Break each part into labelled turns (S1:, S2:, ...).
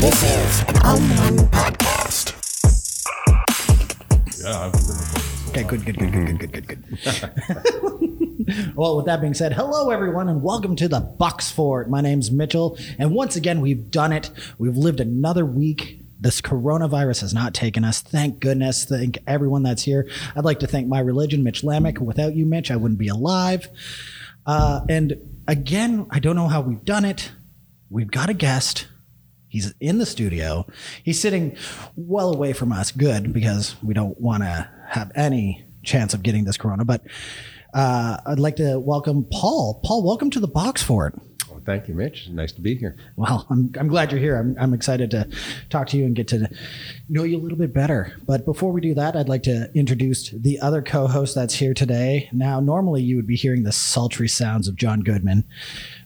S1: This is an all in one podcast.
S2: Yeah, I've been recording.
S3: Okay, good, good, good, good, good, good, good, good. well, with that being said, hello everyone, and welcome to the Bucks Fort. My name's Mitchell, and once again, we've done it. We've lived another week. This coronavirus has not taken us. Thank goodness. Thank everyone that's here. I'd like to thank my religion, Mitch Lamick. Without you, Mitch, I wouldn't be alive. Uh, and again, I don't know how we've done it. We've got a guest. He's in the studio. He's sitting well away from us. Good, because we don't want to have any chance of getting this corona. But uh, I'd like to welcome Paul. Paul, welcome to the box for it.
S4: Well, thank you, Mitch. Nice to be here.
S3: Well, I'm, I'm glad you're here. I'm, I'm excited to talk to you and get to know you a little bit better. But before we do that, I'd like to introduce the other co host that's here today. Now, normally you would be hearing the sultry sounds of John Goodman,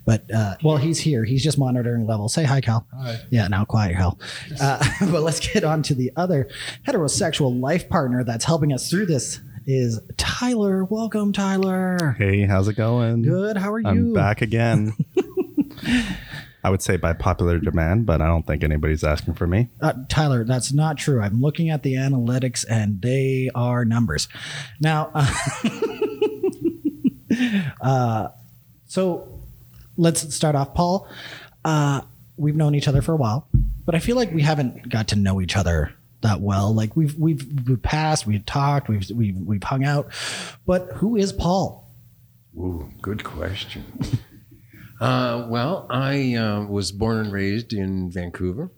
S3: but uh, well, he's here. He's just monitoring levels. Say hi, Cal. Hi. Yeah, now quiet, Cal. Uh, but let's get on to the other heterosexual life partner that's helping us through this. Is Tyler. Welcome, Tyler.
S5: Hey, how's it going?
S3: Good. How are you?
S5: I'm back again. I would say by popular demand, but I don't think anybody's asking for me.
S3: Uh, Tyler, that's not true. I'm looking at the analytics and they are numbers. Now, uh, uh, so let's start off, Paul. Uh, we've known each other for a while, but I feel like we haven't got to know each other that well. Like we've we've, we've passed, we've talked, we've, we've we've hung out, but who is Paul?
S4: Ooh, good question. uh, well, I uh, was born and raised in Vancouver.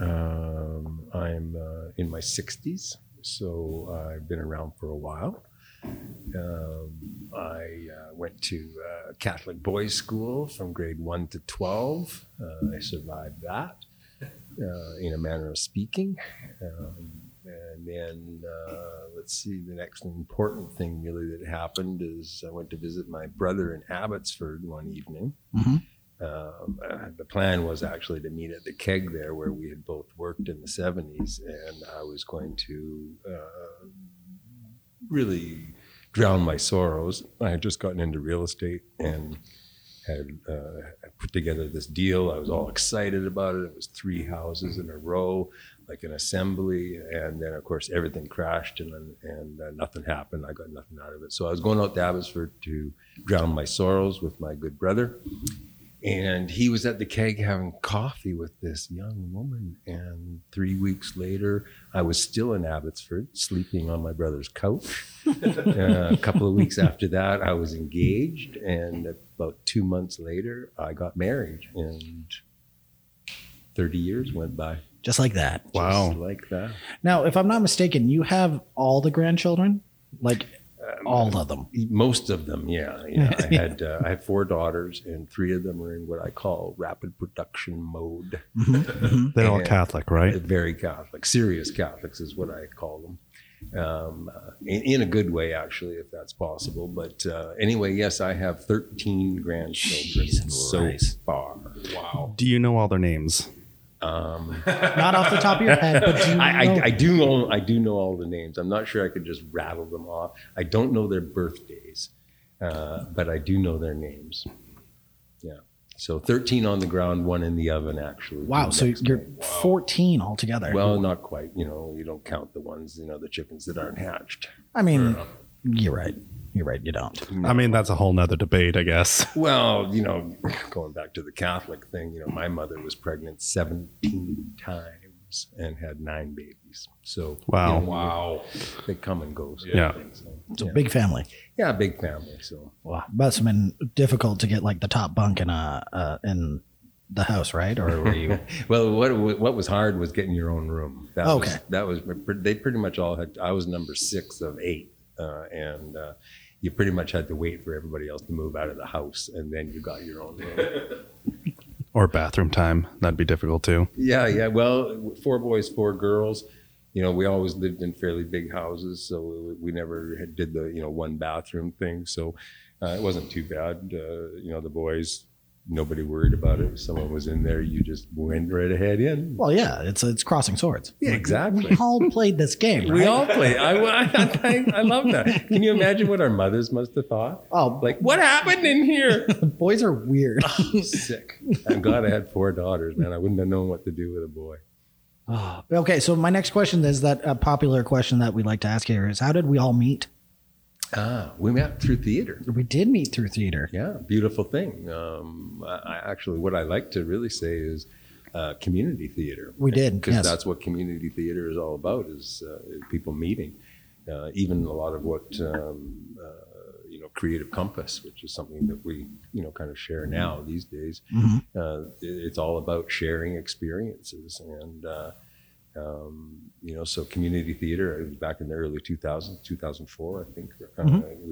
S4: Um, I'm uh, in my 60s, so I've been around for a while. Um, I uh, went to uh, Catholic boys' school from grade 1 to 12. Uh, I survived that uh, in a manner of speaking. Um, and then, uh, let's see, the next important thing really that happened is I went to visit my brother in Abbotsford one evening.
S3: Mhm.
S4: Um, uh, the plan was actually to meet at the keg there where we had both worked in the 70s, and I was going to uh, really drown my sorrows. I had just gotten into real estate and had uh, had put together this deal. I was all excited about it. It was three houses in a row, like an assembly, and then of course everything crashed and and uh, nothing happened. I got nothing out of it. So I was going out to Abbotsford to drown my sorrows with my good brother, and he was at the keg having coffee with this young woman. And three weeks later, I was still in Abbotsford, sleeping on my brother's couch. Uh, a couple of weeks after that, I was engaged, and about two months later, I got married, and thirty years went by.
S3: Just like that.
S4: Just
S5: Wow.
S4: like that.
S3: Now, if I'm not mistaken, you have all the grandchildren, like all of them.
S4: Most of them, yeah, yeah. I had uh, I had four daughters, and three of them were in what I call rapid production mode.
S5: They're all
S4: Yeah.
S5: Catholic, right?
S4: Very Catholic, serious Catholics is what I call them. Um, uh, in, in a good way, actually, if that's possible. But uh, anyway, yes, I have 13 grandchildren
S3: Jesus
S4: so
S3: Christ.
S4: far. Wow.
S5: Do you know all their names?
S3: Not off the top of your head, but do you
S4: I,
S3: know-
S4: I, I do know I do know all the names. I'm not sure I could just rattle them off. I don't know their birthdays, uh, but I do know their names. Yeah. So 13 on the ground, one in the oven, actually.
S3: wow.
S4: The
S3: So
S4: next
S3: you're
S4: night.
S3: 14 altogether.
S4: Well, not quite. You know, you don't count the ones, you know, the chickens that aren't hatched.
S3: I mean, you're right. You're right. You don't.
S5: I mean, that's a whole nother debate, I guess.
S4: Well, you know, going back to the Catholic thing, you know, my mother was pregnant 17 times and had nine babies. So,
S5: Wow.
S4: wow. They come and go. sort of
S5: Yeah.
S4: thing, So,
S3: It's a
S4: yeah.
S3: big family.
S4: yeah, big family. So,
S3: Wow. Must have been difficult to get like the top bunk in a uh, in the house, right? Or were you?
S4: well, what what was hard was getting your own room. That
S3: Okay.
S4: Was, that was they pretty much all had. I was number six of eight, uh, and uh, you pretty much had to wait for everybody else to move out of the house, and then you got your own room.
S5: Or bathroom time. That'd be difficult too.
S4: Yeah, yeah. Well, four boys, four girls. You know, we always lived in fairly big houses, so we never had, did the you know one bathroom thing. So uh, it wasn't too bad. Uh, you know, the boys nobody worried about it. If someone was in there, you just went right ahead in.
S3: Well, yeah, it's it's crossing swords.
S4: Yeah, exactly.
S3: We all played this game.
S4: We
S3: right?
S4: all play. I, I, I love that. Can you imagine what our mothers must have thought?
S3: Oh.
S4: like what happened in here?
S3: Boys are weird.
S4: Sick. I'm glad I had four daughters, man. I wouldn't have known what to do with a boy.
S3: okay, so my next question is that a popular question that we like to ask here is how did we all meet?
S4: Ah, we met through theater.
S3: We did meet through theater.
S4: Yeah, beautiful thing. Um, I, I actually, what I like to really say is uh, community theater.
S3: We did,
S4: because
S3: yes.
S4: that's what community theater is all about: is uh, people meeting. Uh, even a lot of what um, uh, you know, Creative Compass, which is something that we you know kind of share now these days. Uh, it- it's all about sharing experiences and. Uh, um, you know, so community theater it was back in the early 2000s, 2004, I think, uh,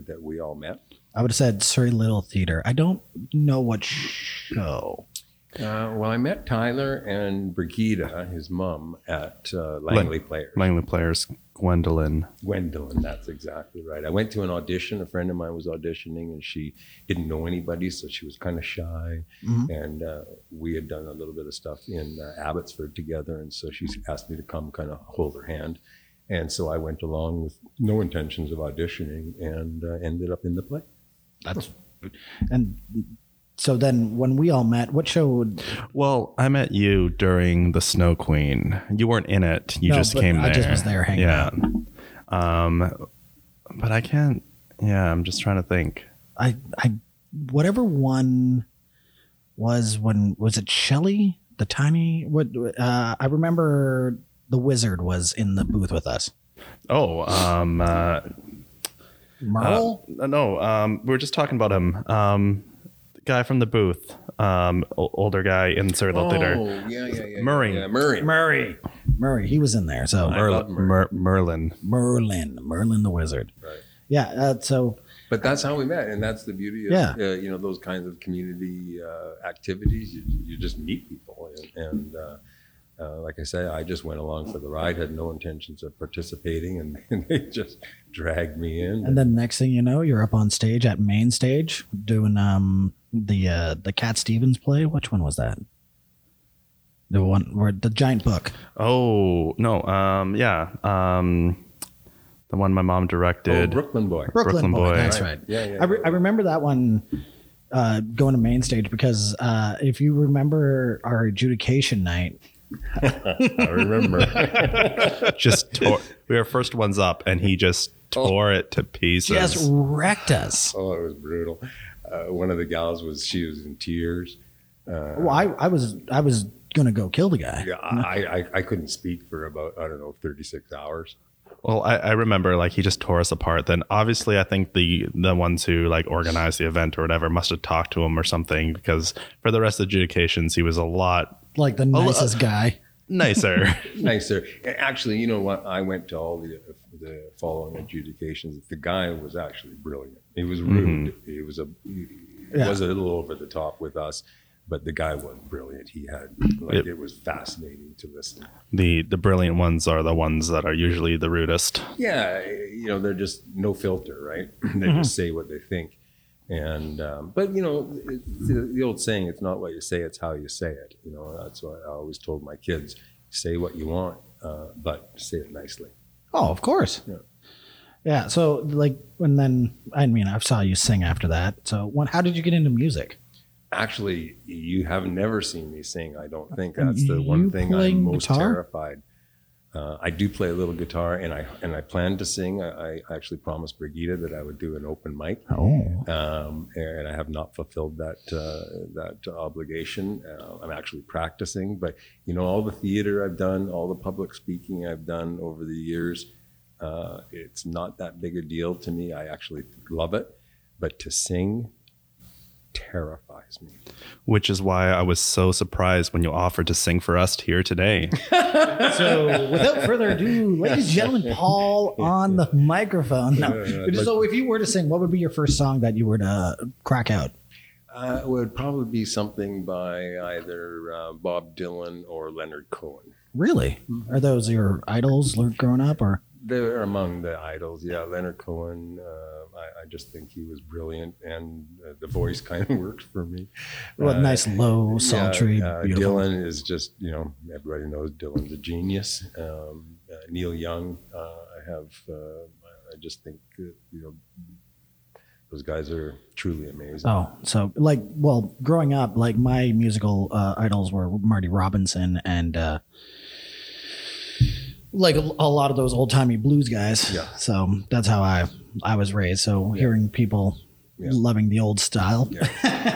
S4: that we all met.
S3: I would have said Surrey Little Theater. I don't know what show.
S4: Uh, well, I met Tyler and Brigida, his mom, at uh, Langley Players.
S5: Langley Players, Gwendolyn.
S4: Gwendolyn, that's exactly right. I went to an audition. A friend of mine was auditioning, and she didn't know anybody, so she was kind of shy. And uh, we had done a little bit of stuff in uh, Abbotsford together, and so she asked me to come, kind of hold her hand. And so I went along with no intentions of auditioning, and uh, ended up in the play.
S3: That's and so then when we all met, what show would
S5: Well, I met you during the Snow Queen. You weren't in it. You
S3: No,
S5: just
S3: but
S5: came there.
S3: I just was there hanging
S5: yeah. Um, but I can't. Yeah, I'm just trying to think.
S3: I I whatever one was when was it Shelley the tiny what uh, I remember the wizard was in the booth with us.
S5: Oh, um, uh,
S3: Merle?
S5: no. Um, we were just talking about him. Um, the guy from the booth. Um, o- older guy in Surrey
S3: Oh,
S5: Little Theater.
S4: Oh, yeah, yeah, yeah.
S5: Murray.
S4: Yeah, Murray.
S3: Murray. Murray, he was in there. So
S4: love Merlin.
S5: Mer- Merlin.
S3: Merlin, Merlin the wizard.
S4: Right.
S3: Yeah, uh, so
S4: But that's how we met, and that's the beauty of
S3: Yeah.
S4: uh, you know those kinds of community uh, activities. You, you just meet people, and, and uh, uh, like I say, I just went along for the ride, had no intentions of participating, and, they just dragged me in.
S3: and then next thing you know, you're up on stage at main stage doing um the uh the Cat Stevens play. Which one was that? The one where the giant book.
S5: Oh no. Um, yeah. Um, the one my mom
S4: oh,
S5: directed.
S4: Brooklyn Boy.
S3: Brooklyn,
S5: Brooklyn
S3: boy,
S5: Boy.
S3: That's right.
S4: Right. Yeah, yeah,
S3: I, re-
S4: yeah.
S3: I remember that one uh, going to main stage because uh, if you remember our adjudication night,
S4: I remember.
S5: just tore. We were first ones up, and he just tore it to pieces.
S3: just wrecked us.
S4: oh, it was brutal. Uh, one of the gals was she was in tears.
S3: Well, I, I was I was gonna go kill the guy.
S4: Yeah, I, I
S3: Mm-hmm.
S4: I couldn't speak for about I don't know thirty six hours.
S5: Well, I, I remember like he just tore us apart. Then obviously, I think the the ones who like organized the event or whatever must have talked to him or something because for the rest of the adjudications, he was a lot
S3: Like the nicest guy.
S5: nicer.
S4: nicer. Actually, you know what? I went to all the the following adjudications. The guy was actually brilliant. He was rude. He was a he
S3: Yeah.
S4: was a little over the top with us, but the guy was brilliant. He had like
S5: Yep.
S4: it was fascinating to listen.
S5: the the brilliant ones are the ones that are usually the rudest.
S4: Yeah, you know they're just no filter, right? they just say what they think. And um, but you know it, the, the old saying, it's not what you say, it's how you say it. You know that's what I always told my kids: say what you want, uh, but say it nicely.
S3: Oh, of course. Yeah.
S4: Yeah.
S3: So like, and then I mean, I saw you sing after that. So when, how did you get into music?
S4: Actually, you have never seen me sing. I don't think that's the
S3: You
S4: one thing
S3: playing
S4: I'm most
S3: guitar?
S4: terrified. Uh, I do play a little guitar, and I and I plan to sing. I, I actually promised Brigida that I would do an open mic,
S3: Oh,
S4: um, and I have not fulfilled that uh, that obligation. Uh, I'm actually practicing, but you know, all the theater I've done, all the public speaking I've done over the years, uh, it's not that big a deal to me. I actually love it, but to sing terrifies me.
S5: Which is why I was so surprised when you offered to sing for us here today.
S3: so without further ado, ladies and gentlemen, Paul on the microphone. No.
S4: Yeah, yeah,
S3: But just- so if you were to sing, what would be your first song that you were to crack out?
S4: Uh, it would probably be something by either uh, Bob Dylan or Leonard Cohen.
S3: Really?
S4: Mm-hmm.
S3: Are those your idols l- growing up or
S4: They're among the idols, yeah. Leonard Cohen, um, I, I just think he was brilliant, and uh, the voice kind of worked for me.
S3: Well,
S4: Uh,
S3: nice, low, sultry,
S4: yeah, uh,
S3: beautiful.
S4: Dylan is just, you know, everybody knows Dylan's a genius. Um, uh, Neil Young, uh, I have, uh, I- I just think, that, you know, those guys are truly amazing.
S3: Oh, so like, well, growing up, like my musical uh, idols were Marty Robinson and uh, like a, a lot of those old timey blues guys.
S4: Yeah.
S3: So that's how I I was raised. So hearing people
S4: Yeah.
S3: loving the old style.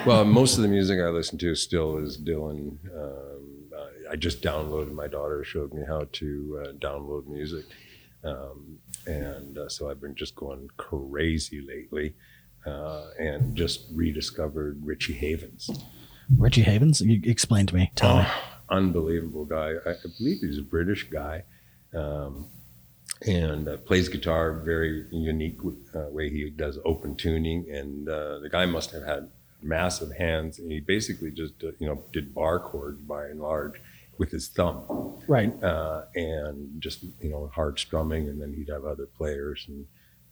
S4: Well, most of the music I listen to still is Dylan. Um, I, I just downloaded, my daughter showed me how to uh, download music. Um, and uh, so I've been just going crazy lately uh, and just rediscovered Richie Havens.
S3: Richie Havens, you explain to me. Tell
S4: Uh-huh.
S3: me.
S4: Uh, unbelievable guy. I, I believe he's a British guy, um, and uh, plays guitar very unique w- uh, way. He does open tuning, and uh, the guy must have had massive hands. And he basically just uh, you know did bar chords by and large with his thumb,
S3: Right.
S4: uh, and just you know hard strumming, and then he'd have other players and.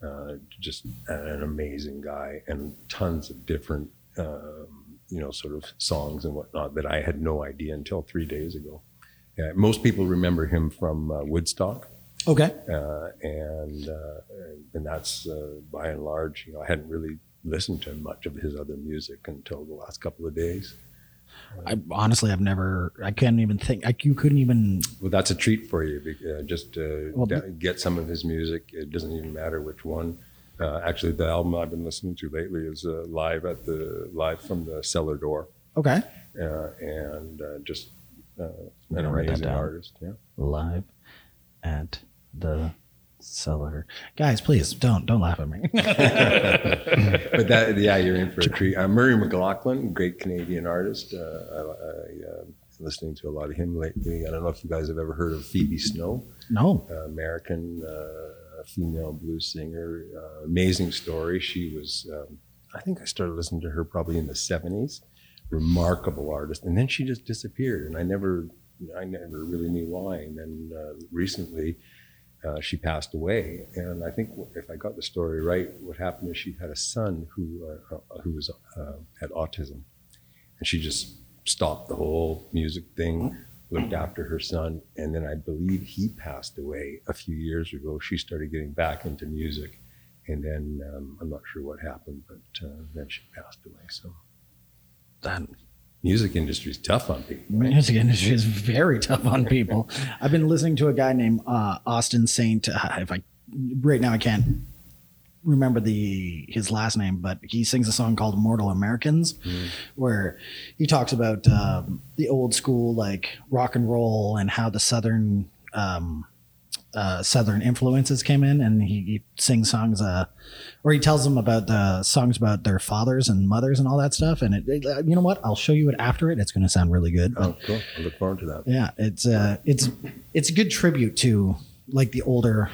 S4: Uh, just an amazing guy and tons of different, um, you know, sort of songs and whatnot that I had no idea until three days ago. Yeah, most people remember him from uh, Woodstock,
S3: Okay.
S4: uh, and uh, and that's uh, by and large. You know, I hadn't really listened to much of his other music until the last couple of days.
S3: I honestly, I've never. I can't even think. I, you couldn't even.
S4: Well, that's a treat for you. be- Uh, just uh,
S3: Well,
S4: da- get some of his music. It doesn't even matter which one. Uh, actually, the album I've been listening to lately is uh, live at the live from the cellar door,
S3: Okay.
S4: uh, and uh, just uh, an
S3: gonna write that
S4: amazing
S3: down.
S4: artist. Yeah.
S3: Live at the cellar, guys. Please don't don't laugh at me.
S4: but that, yeah, you're in for a treat. Uh, Murray McLaughlin, great Canadian artist. Uh, I, I uh, listening to a lot of him lately. I don't know if you guys have ever heard of Phoebe Snow,
S3: no.
S4: uh, American uh, female blues singer. Uh, amazing story. She was, um, I think I started listening to her probably in the '70s. Remarkable artist, and then she just disappeared, and I never, I never really knew why. And then uh, recently, uh, she passed away. And I think if I got the story right, what happened is she had a son who uh, who was uh, had autism, and she just stopped the whole music thing, looked after her son, and then I believe he passed away a few years ago. She started getting back into music. And then um, I'm not sure what happened, but uh, then she passed away. So
S3: That
S4: music industry's tough on people.
S3: music industry is very tough on people. I've been listening to a guy named uh, Austin Saint. uh, If I right now I can't remember the his last name, but he sings a song called "Mortal Americans," where he talks about um, the old school like rock and roll and how the southern um, uh, southern influences came in, and he, he sings songs, uh, or he tells them about the songs about their fathers and mothers and all that stuff. And it, it- you know what? I'll show you it after it. It's going to sound really good. but
S4: Oh, cool. I look forward to that.
S3: yeah, it's uh, it's it's a good tribute to like the older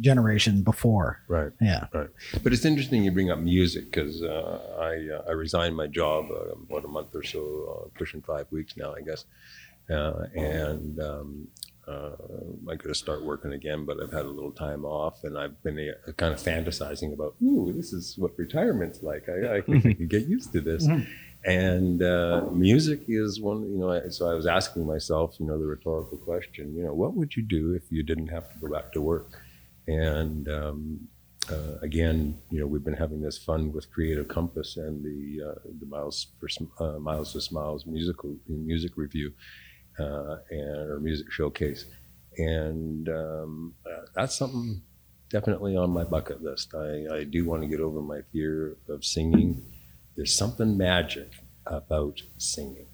S3: generation before.
S4: Right.
S3: Yeah.
S4: Right. But it's interesting you bring up music because uh, I uh, I resigned my job uh, about a month or so, uh, pushing five weeks now, I guess, uh, and um, uh, I got to start working again. But I've had a little time off, and I've been uh, kind of fantasizing about, ooh, this is what retirement's like. I, I think I can get used to this. And uh, music is one, you know. I- So I was asking myself, you know, the rhetorical question, you know, what would you do if you didn't have to go back to work? And um, uh, again, you know, we've been having this fun with Creative Compass and the uh, the Miles for Sm- uh, Miles to Smiles musical music review uh, and or music showcase, and um, uh, that's something definitely on my bucket list. I, I do want to get over my fear of singing. There's something magic about singing.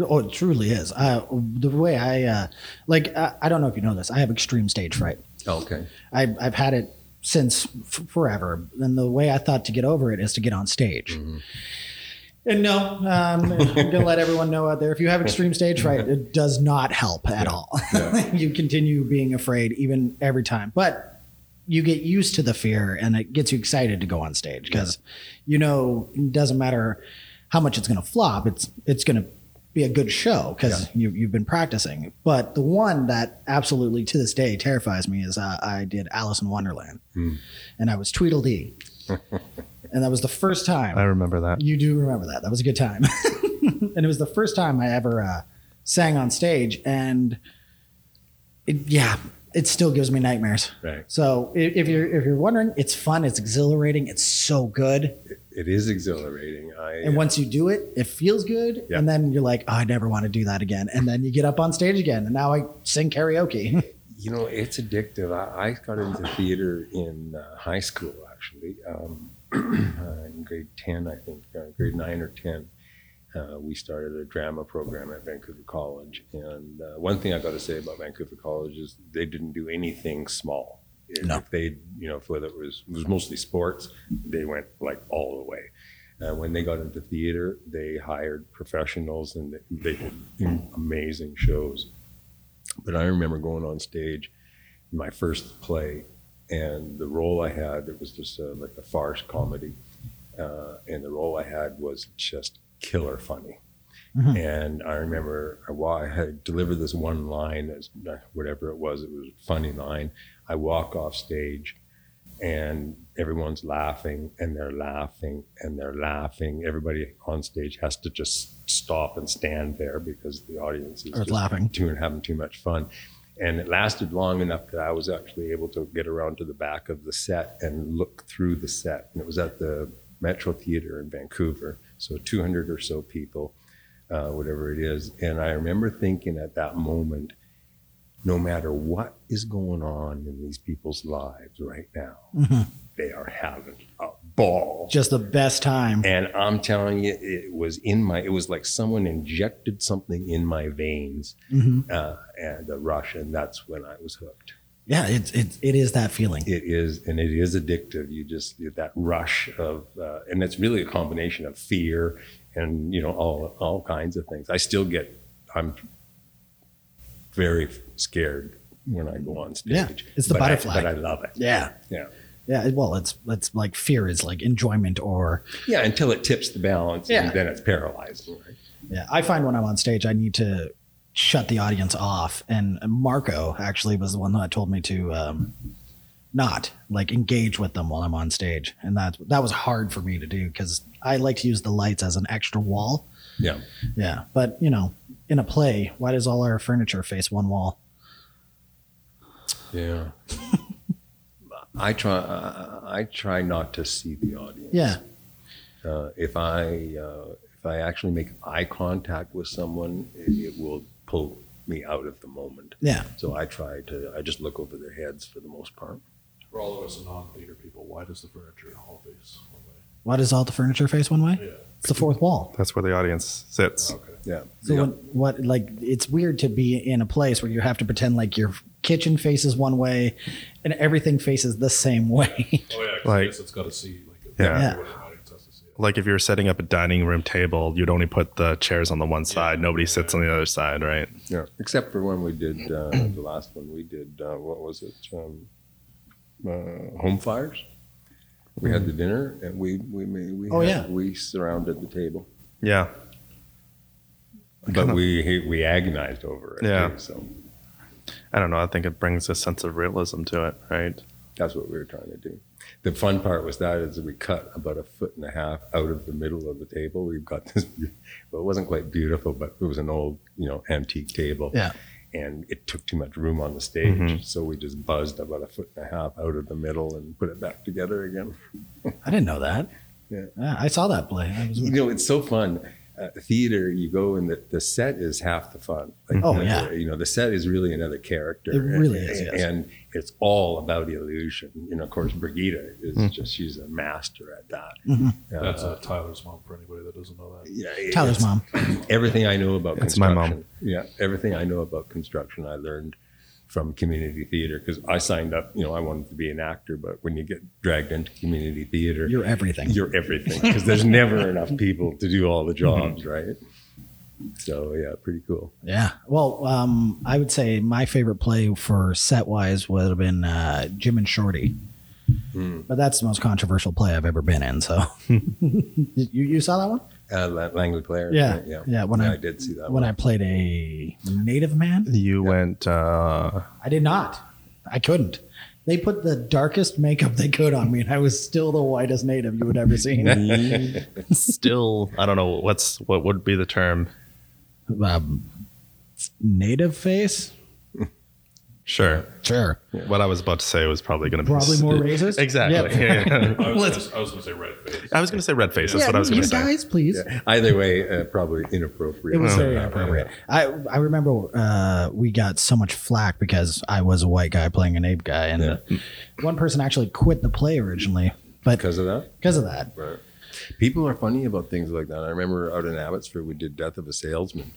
S3: Oh, it truly is. I, the way I uh, like, I, I don't know if you know this. I have extreme stage fright.
S4: Okay.
S3: I, I've had it since f- forever, and the way I thought to get over it is to get on stage. And no, um, I'm going to let everyone know out there if you have extreme stage fright, it does not help at all. you continue being afraid even every time, but you get used to the fear, and it gets you excited to go on stage because you know it doesn't matter how much it's going to flop. It's it's going to be a good show because you, you've been practicing. But the one that absolutely to this day terrifies me is uh, I did Alice in Wonderland, and I was Tweedledee and that was the first time.
S5: I remember that.
S3: You do remember that. That was a good time. and it was the first time I ever uh, sang on stage. And it, yeah, it still gives me nightmares.
S4: Right.
S3: So i- if you're if you're wondering, it's fun. It's exhilarating. It's so good.
S4: It is exhilarating. I
S3: And once you do it, it feels good.
S4: Yeah.
S3: And then you're like, oh, I never want to do that again. And then you get up on stage again. And now I sing karaoke.
S4: you know, it's addictive. I, I got into theater in uh, high school, actually, um, uh, in grade 10, I think, uh, grade 9 or 10. Uh, we started a drama program at Vancouver College. And uh, one thing I got to say about Vancouver College is they didn't do anything small. If
S3: No.
S4: they, you know, whether it was, it was mostly sports, they went like all the way. Uh, when they got into theater, they hired professionals and they, they did amazing shows. But I remember going on stage, in my first play, and the role I had, it was just uh like a farce comedy, uh, and the role I had was just killer funny.
S3: Mhm.
S4: And I remember I, wa- I had delivered this one line, as uh, whatever it was, it was a funny line. I walk off stage, and everyone's laughing, and they're laughing, and they're laughing. Everybody on stage has to just stop and stand there because the audience is
S3: Or it's
S4: just
S3: laughing.
S4: too and having too much fun. And it lasted long enough that I was actually able to get around to the back of the set and look through the set. And it was at the Metro Theater in Vancouver, so 200 or so people, uh, whatever it is. And I remember thinking at that moment, no matter what is going on in these people's lives right now, they are having a ball.
S3: Just the best time.
S4: And I'm telling you, it was in my, it was like someone injected something in my veins
S3: Mhm.
S4: uh, and the rush. And that's when I was hooked.
S3: Yeah, it's it, it is that feeling.
S4: It is, and it is addictive. You just, that rush of, uh, and it's really a combination of fear and, you know, all, all kinds of things. I still get, I'm very scared when I go on stage.
S3: Yeah, it's the
S4: But I-
S3: butterfly.
S4: but I love it.
S3: Yeah.
S4: Yeah.
S3: Yeah. it- Well, it's it's like fear is like enjoyment or
S4: Yeah. Until it tips the balance
S3: Yeah.
S4: and then it's paralyzing. Right?
S3: Yeah, I find when I'm on stage, I need to shut the audience off. And Marco actually was the one that told me to um, not like engage with them while I'm on stage, and that that was hard for me to do because I like to use the lights as an extra wall.
S4: Yeah.
S3: Yeah, but you know, in a play, why does all our furniture face one wall?
S4: Yeah. I try. I, I try not to see the audience.
S3: Yeah,
S4: Uh, if I uh, if I actually make eye contact with someone, it, it will pull me out of the moment.
S3: yeah,
S4: So I try to. I just look over their heads for the most part.
S2: For all of us non-theater people, why does the furniture all face one way?
S3: why does all the furniture face one way?
S2: Yeah.
S3: It's the fourth wall.
S5: That's where the audience sits.
S2: Okay.
S4: Yeah.
S3: So when, what like it's weird to be in a place where you have to pretend like your kitchen faces one way and everything faces the same way.
S2: Oh yeah. 'cause I
S5: Like-
S2: guess it's got to see like.
S5: Yeah.
S2: every way the audience has to see it.
S5: Like if you're setting up a dining room table, you'd only put the chairs on the one side. Nobody sits on the other side, right?
S4: Yeah. Except for when we did uh, the last one, we did uh, what was it? Um, uh, home fires. We had the dinner, and we we made, we
S3: Mm. Oh,
S4: had-
S3: yeah.
S4: we surrounded the table.
S5: Yeah.
S4: but we we agonized over it.
S5: Yeah.
S4: too, so
S5: I don't know. I think it brings a sense of realism to it, right?
S4: that's what we were trying to do. The fun part was that is we cut about a foot and a half out of the middle of the table. We've got this, well, it wasn't quite beautiful, but it was an old, you know, antique table.
S3: Yeah.
S4: And it took too much room on the stage. So we just buzzed about a foot and a half out of the middle and put it back together again.
S3: I didn't know that.
S4: Yeah.
S3: I saw that play. I was,
S4: you know it's so fun uh, theater you go and the, the set is half the fun like,
S3: Oh,
S4: uh,
S3: yeah.
S4: you know the set is really another character
S3: It really
S4: and,
S3: is, yes.
S4: and it's all about illusion you know of course brigida is
S3: Mm.
S4: just she's a master at that
S3: Mm-hmm.
S4: Uh,
S2: That's uh, Tyler's mom for anybody that doesn't know that.
S4: yeah, it-
S3: Tyler's
S4: it's-
S3: mom.
S4: everything i know about
S5: It's my
S4: construction
S5: mom.
S4: yeah everything i know about construction i learned from community theater because i signed up you know i wanted to be an actor but when you get dragged into community theater
S3: You're everything.
S4: you're everything because there's never enough people to do all the jobs, right? So yeah, pretty cool.
S3: yeah. Well, um, I would say my favorite play for set wise would have been uh, Jim and Shorty.
S4: Hmm.
S3: But that's the most controversial play I've ever been in. So you, you saw that one?
S4: Uh, La- Langley player.
S3: Yeah.
S4: right? yeah,
S3: Yeah, when I-
S4: I, did see that
S3: When
S4: one.
S3: I played a native man?
S5: You went, uh,
S3: I did not. I couldn't. They put the darkest makeup they could on me, and I was still the whitest native you would ever seen.
S4: Mm-hmm.
S5: Still, I don't know what's what would be the term.
S3: um, native face?
S5: Sure,
S3: Sure.
S5: what I was about to say was probably going to be
S3: Probably more racist?
S5: Exactly. Yeah, yeah.
S2: I was, gonna, I was gonna say red face.
S5: I was going to say red face. That's
S3: Yeah,
S5: what I was
S3: you
S5: going to say.
S3: guys, please.
S4: Either way, uh, probably inappropriate.
S3: It was
S4: Oh,
S3: very
S4: yeah,
S3: inappropriate. I I remember uh, we got so much flack because I was a white guy playing an ape guy, and one person actually quit the play originally, but
S4: Because of that?
S3: because of that,
S4: Right. People are funny about things like that. I remember out in Abbotsford, we did Death of a Salesman,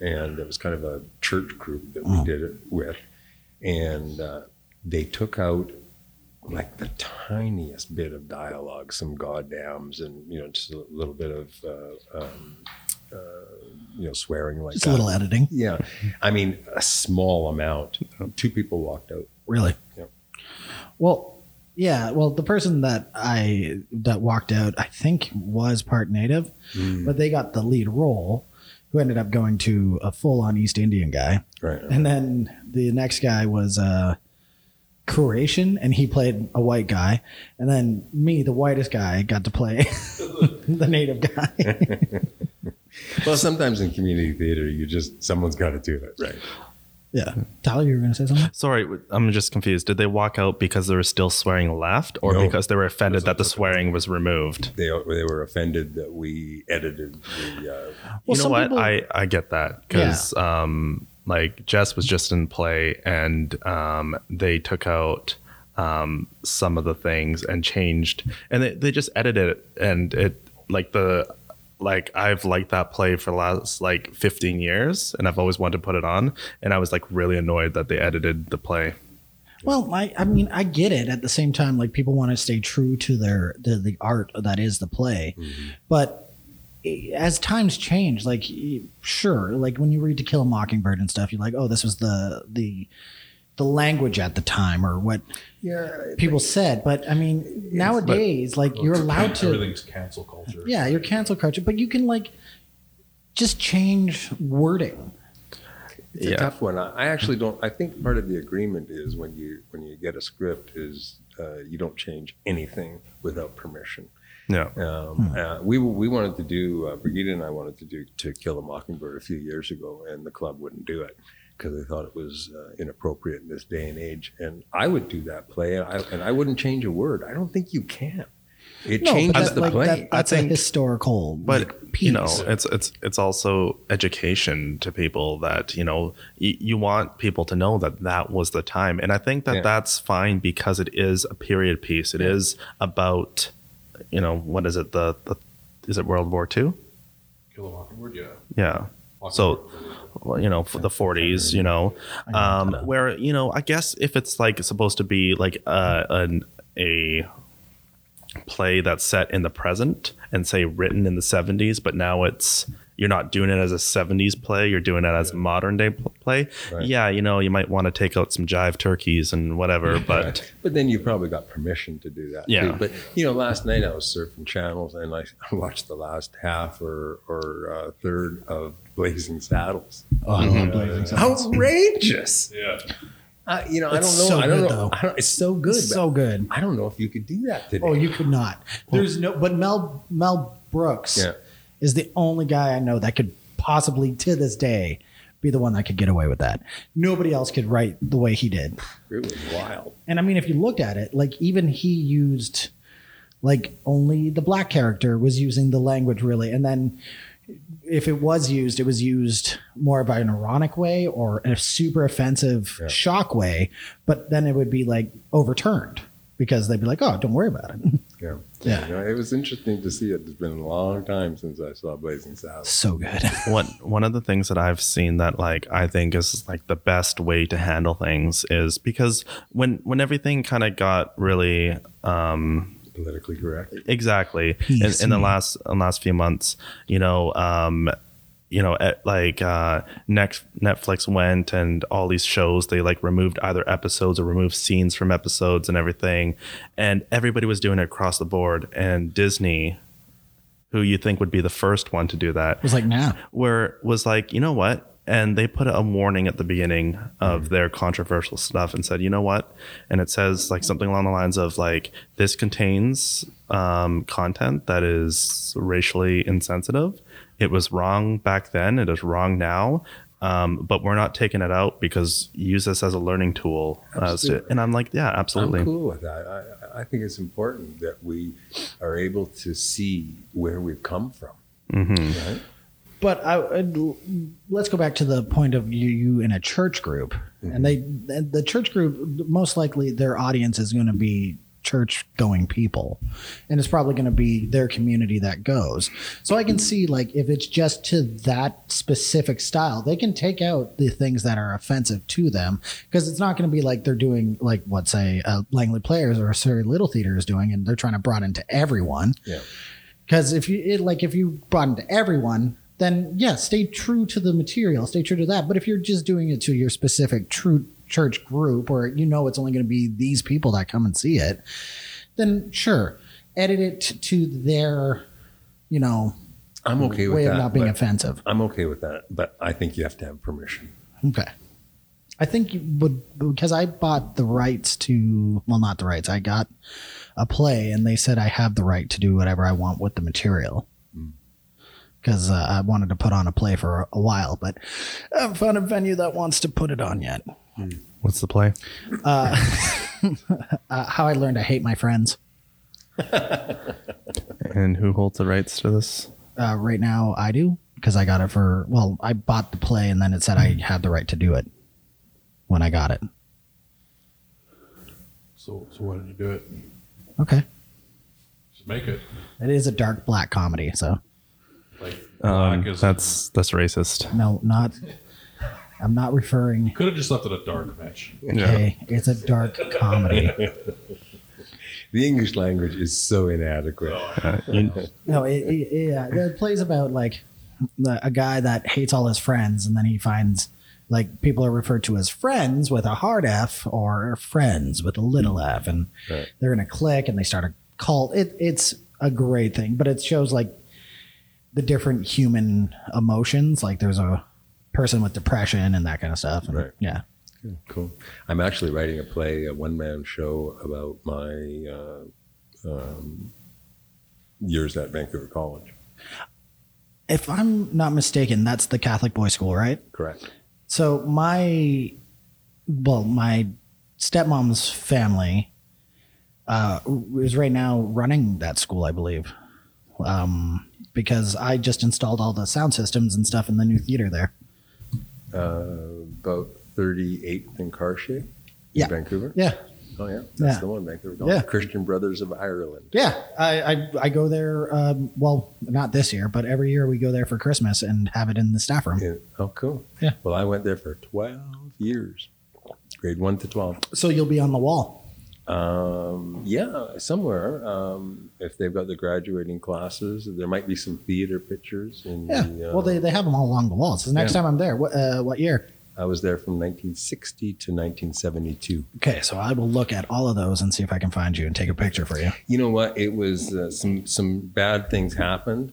S4: and it was kind of a church group that
S3: Hmm.
S4: we did it with. And uh, they took out like the tiniest bit of dialogue, some goddams, and you know, just a little bit of uh, um, uh, you know swearing like
S3: just
S4: that.
S3: a little editing,
S4: Yeah, I mean, a small amount. Two people walked out.
S3: really.
S4: Yeah.
S3: Well, yeah. Well, the person that I that walked out, I think, was part Native, but they got the lead role, who ended up going to a full on East Indian guy.
S4: Right.
S3: And then the next guy was uh, Croatian, and he played a white guy. And then me, the whitest guy, got to play the native guy.
S4: Well, sometimes in community theater, you just someone's got to do it, right?
S3: yeah, Tyler, you were gonna say something.
S5: Sorry, w- I'm just confused. Did they walk out because there was still swearing left, or
S4: No.
S5: because they were offended that the swearing was removed?
S4: they they were offended that we edited the. Uh,
S3: Well,
S5: you know
S3: some
S5: what?
S3: people-
S5: I I get that because um like Jess was just in play and um they took out um some of the things and changed and they they just edited it and it like the like I've liked that play for the last like 15 years and I've always wanted to put it on and I was like really annoyed that they edited the play.
S3: Well, I, I mean, I get it. At the same time, like people want to stay true to their the, the art that is the play,
S5: Mm-hmm.
S3: but i- as times change, like y- sure, like when you read To Kill a Mockingbird and stuff, you're like, oh, this was the the the language at the time or what
S4: yeah,
S3: people said. But I mean, nowadays, like you're allowed to,
S2: Everything's cancel culture.
S3: yeah, you're cancel culture, but you can like just change wording.
S4: it's
S5: Yeah.
S4: a tough one. I, I actually don't. I think part of the agreement is when you when you get a script is uh, you don't change anything without permission.
S5: No.
S4: Um,
S3: Hmm.
S4: uh, we we wanted to do uh, Brigida and I wanted to do To Kill a Mockingbird a few years ago, and the club wouldn't do it because they thought it was uh, inappropriate in this day and age. And I would do that play, and I, and I wouldn't change a word. I don't think you can. It
S3: but
S4: changes
S3: that-
S4: the
S3: like,
S4: play.
S3: that- that's
S5: think-
S3: a historical,
S5: but
S3: like, piece.
S5: you know uh-huh. it's it's it's also education to people that you know y- you want people to know that that was the time and i think that
S4: Yeah.
S5: that's fine because it is a period piece It is about you know what is it the, the is it world war ii
S2: Kill a mockingbird. Yeah.
S5: yeah so
S2: Mockingbird.
S5: well, you know, for the 40s, you know, um, where, you know, I guess if it's like supposed to be like a, an, a play that's set in the present and say written in the 70s, but now it's, you're not doing it as a 70s play, you're doing it as a modern day pl- play.
S4: Right.
S5: Yeah, you know, you might want to take out some jive turkeys and whatever, but
S4: But then you probably got permission to do that.
S5: Yeah.
S4: Too. But you know, last night I was surfing channels and I watched the last half or or uh, third of Blazing Saddles.
S3: oh, I love Blazing Saddles.
S4: Outrageous!
S2: Yeah.
S4: Uh, you know, I
S3: It's
S4: don't know.
S3: so
S4: I don't
S3: good,
S4: know.
S3: though.
S4: I don't, it's so good. but
S3: so good.
S4: I don't know if you could do that today.
S3: Oh, you could not. There's no, but Mel Mel Brooks
S4: Yeah.
S3: is the only guy I know that could possibly, to this day, be the one that could get away with that. Nobody else could write the way he did.
S4: it was wild.
S3: And I mean, if you looked at it, like even he used, like only the black character was using the language really, and then if it was used, it was used more by an ironic way or a super offensive shock way. But then it would be like overturned because they'd be like, "Oh, don't worry about it."
S4: Yeah.
S3: Yeah.
S4: You know, it was interesting to see it. It's been a long time since I saw Blazing Saddles.
S3: so good.
S5: one one of the things that I've seen that like I think is like the best way to handle things is because when when everything kind of got really
S4: Politically correct.
S5: exactly in, in the last in the last few months you know um you know at, like uh next netflix went and all these shows they like removed either episodes or removed scenes from episodes and everything and everybody was doing it across the board and disney who you think would be the first one to do that
S3: was like, nah.
S5: where was like, you know what? and they put a warning at the beginning of their controversial stuff and said, you know what? And it says like something along the lines of like this contains um, content that is racially insensitive. It was wrong back then. It is wrong now. Um, but we're not taking it out because use this as a learning tool. As to,
S4: Absolutely.
S5: and I'm like, yeah, absolutely.
S4: I'm cool with that. I- I, I think it's important that we are able to see where we've come from.
S5: Mm-hmm.
S4: Right?
S3: But I, I'd- let's go back to the point of you, you in a church group, and they and the church group most likely their audience is going to be church going people, and it's probably going to be their community that goes. So I can see like if it's just to that specific style, they can take out the things that are offensive to them because it's not going to be like they're doing like what say uh, Langley Players or Surrey Little Theater is doing, and they're trying to broaden to everyone.
S4: Yeah.
S3: Because if you it, like, if you broaden to everyone, then yeah, stay true to the material, stay true to that. But if you're just doing it to your specific true church group, or you know it's only going to be these people that come and see it, then sure, edit it to their, you know,
S4: I'm okay with
S3: way
S4: that.
S3: of not being
S4: but-
S3: offensive.
S4: I'm okay with that, but I think you have to have permission.
S3: Okay. I think you would because I bought the rights to well, not the rights. I got a play, and they said I have the right to do whatever I want with the material. Because uh, I wanted to put on a play for a while, but I haven't found a venue that wants to put it on yet.
S5: What's the play?
S3: Uh, how I learned to hate my friends.
S5: And who holds the rights to this?
S3: Uh, right now, I do because I got it for well, I bought the play, and then it said I had the right to do it when I got it.
S2: So, so why didn't you do it?
S3: Okay,
S2: Just make it.
S3: it is a dark black comedy, so
S2: Like,
S5: Um,
S2: black is-
S5: that's that's racist.
S3: no, not. I'm not referring
S2: Could have just left it a dark match.
S3: Okay, it's a dark comedy.
S4: The English language is so inadequate.
S3: no, it, it, yeah, it plays about like the, a guy that hates all his friends, and then he finds like people are referred to as friends with a hard F or friends with a little F, and
S4: Hmm. Right.
S3: they're in a clique and they start a cult. It, it's a great thing, but it shows like the different human emotions. Like there's a person with depression and that kind of stuff. And
S4: Right.
S3: Yeah.
S4: Cool. I'm actually writing a play, a one man show about my uh, um, years at Vancouver College.
S3: If I'm not mistaken, that's the Catholic boys' school, right?
S4: Correct.
S3: So my, well, my stepmom's family uh, is right now running that school, I believe, um, because I just installed all the sound systems and stuff in the new theater there.
S4: Uh, About 38th and Cartier in
S3: Yeah.
S4: Vancouver.
S3: Yeah,
S4: Oh, yeah. That's
S3: Yeah.
S4: the one, Vancouver College.
S3: Yeah.
S4: Christian Brothers of Ireland.
S3: yeah. I I, I go there. Um, well, not this year, but every year we go there for Christmas and have it in the staff room.
S4: Yeah. Oh, cool.
S3: Yeah.
S4: Well, I went there for 12 years, grade one to 12.
S3: So you'll be on the wall.
S4: Um, yeah, somewhere. Um, if they've got the graduating classes, there might be some theater pictures. In
S3: Yeah.
S4: The, uh,
S3: well, they, they have them all along the wall. So the next
S4: Yeah.
S3: time I'm there, what uh, what year?
S4: I was there from 1960 to 1972.
S3: Okay, so I will look at all of those and see if I can find you and take a picture for you.
S4: You know what? It was uh, some some bad things happened,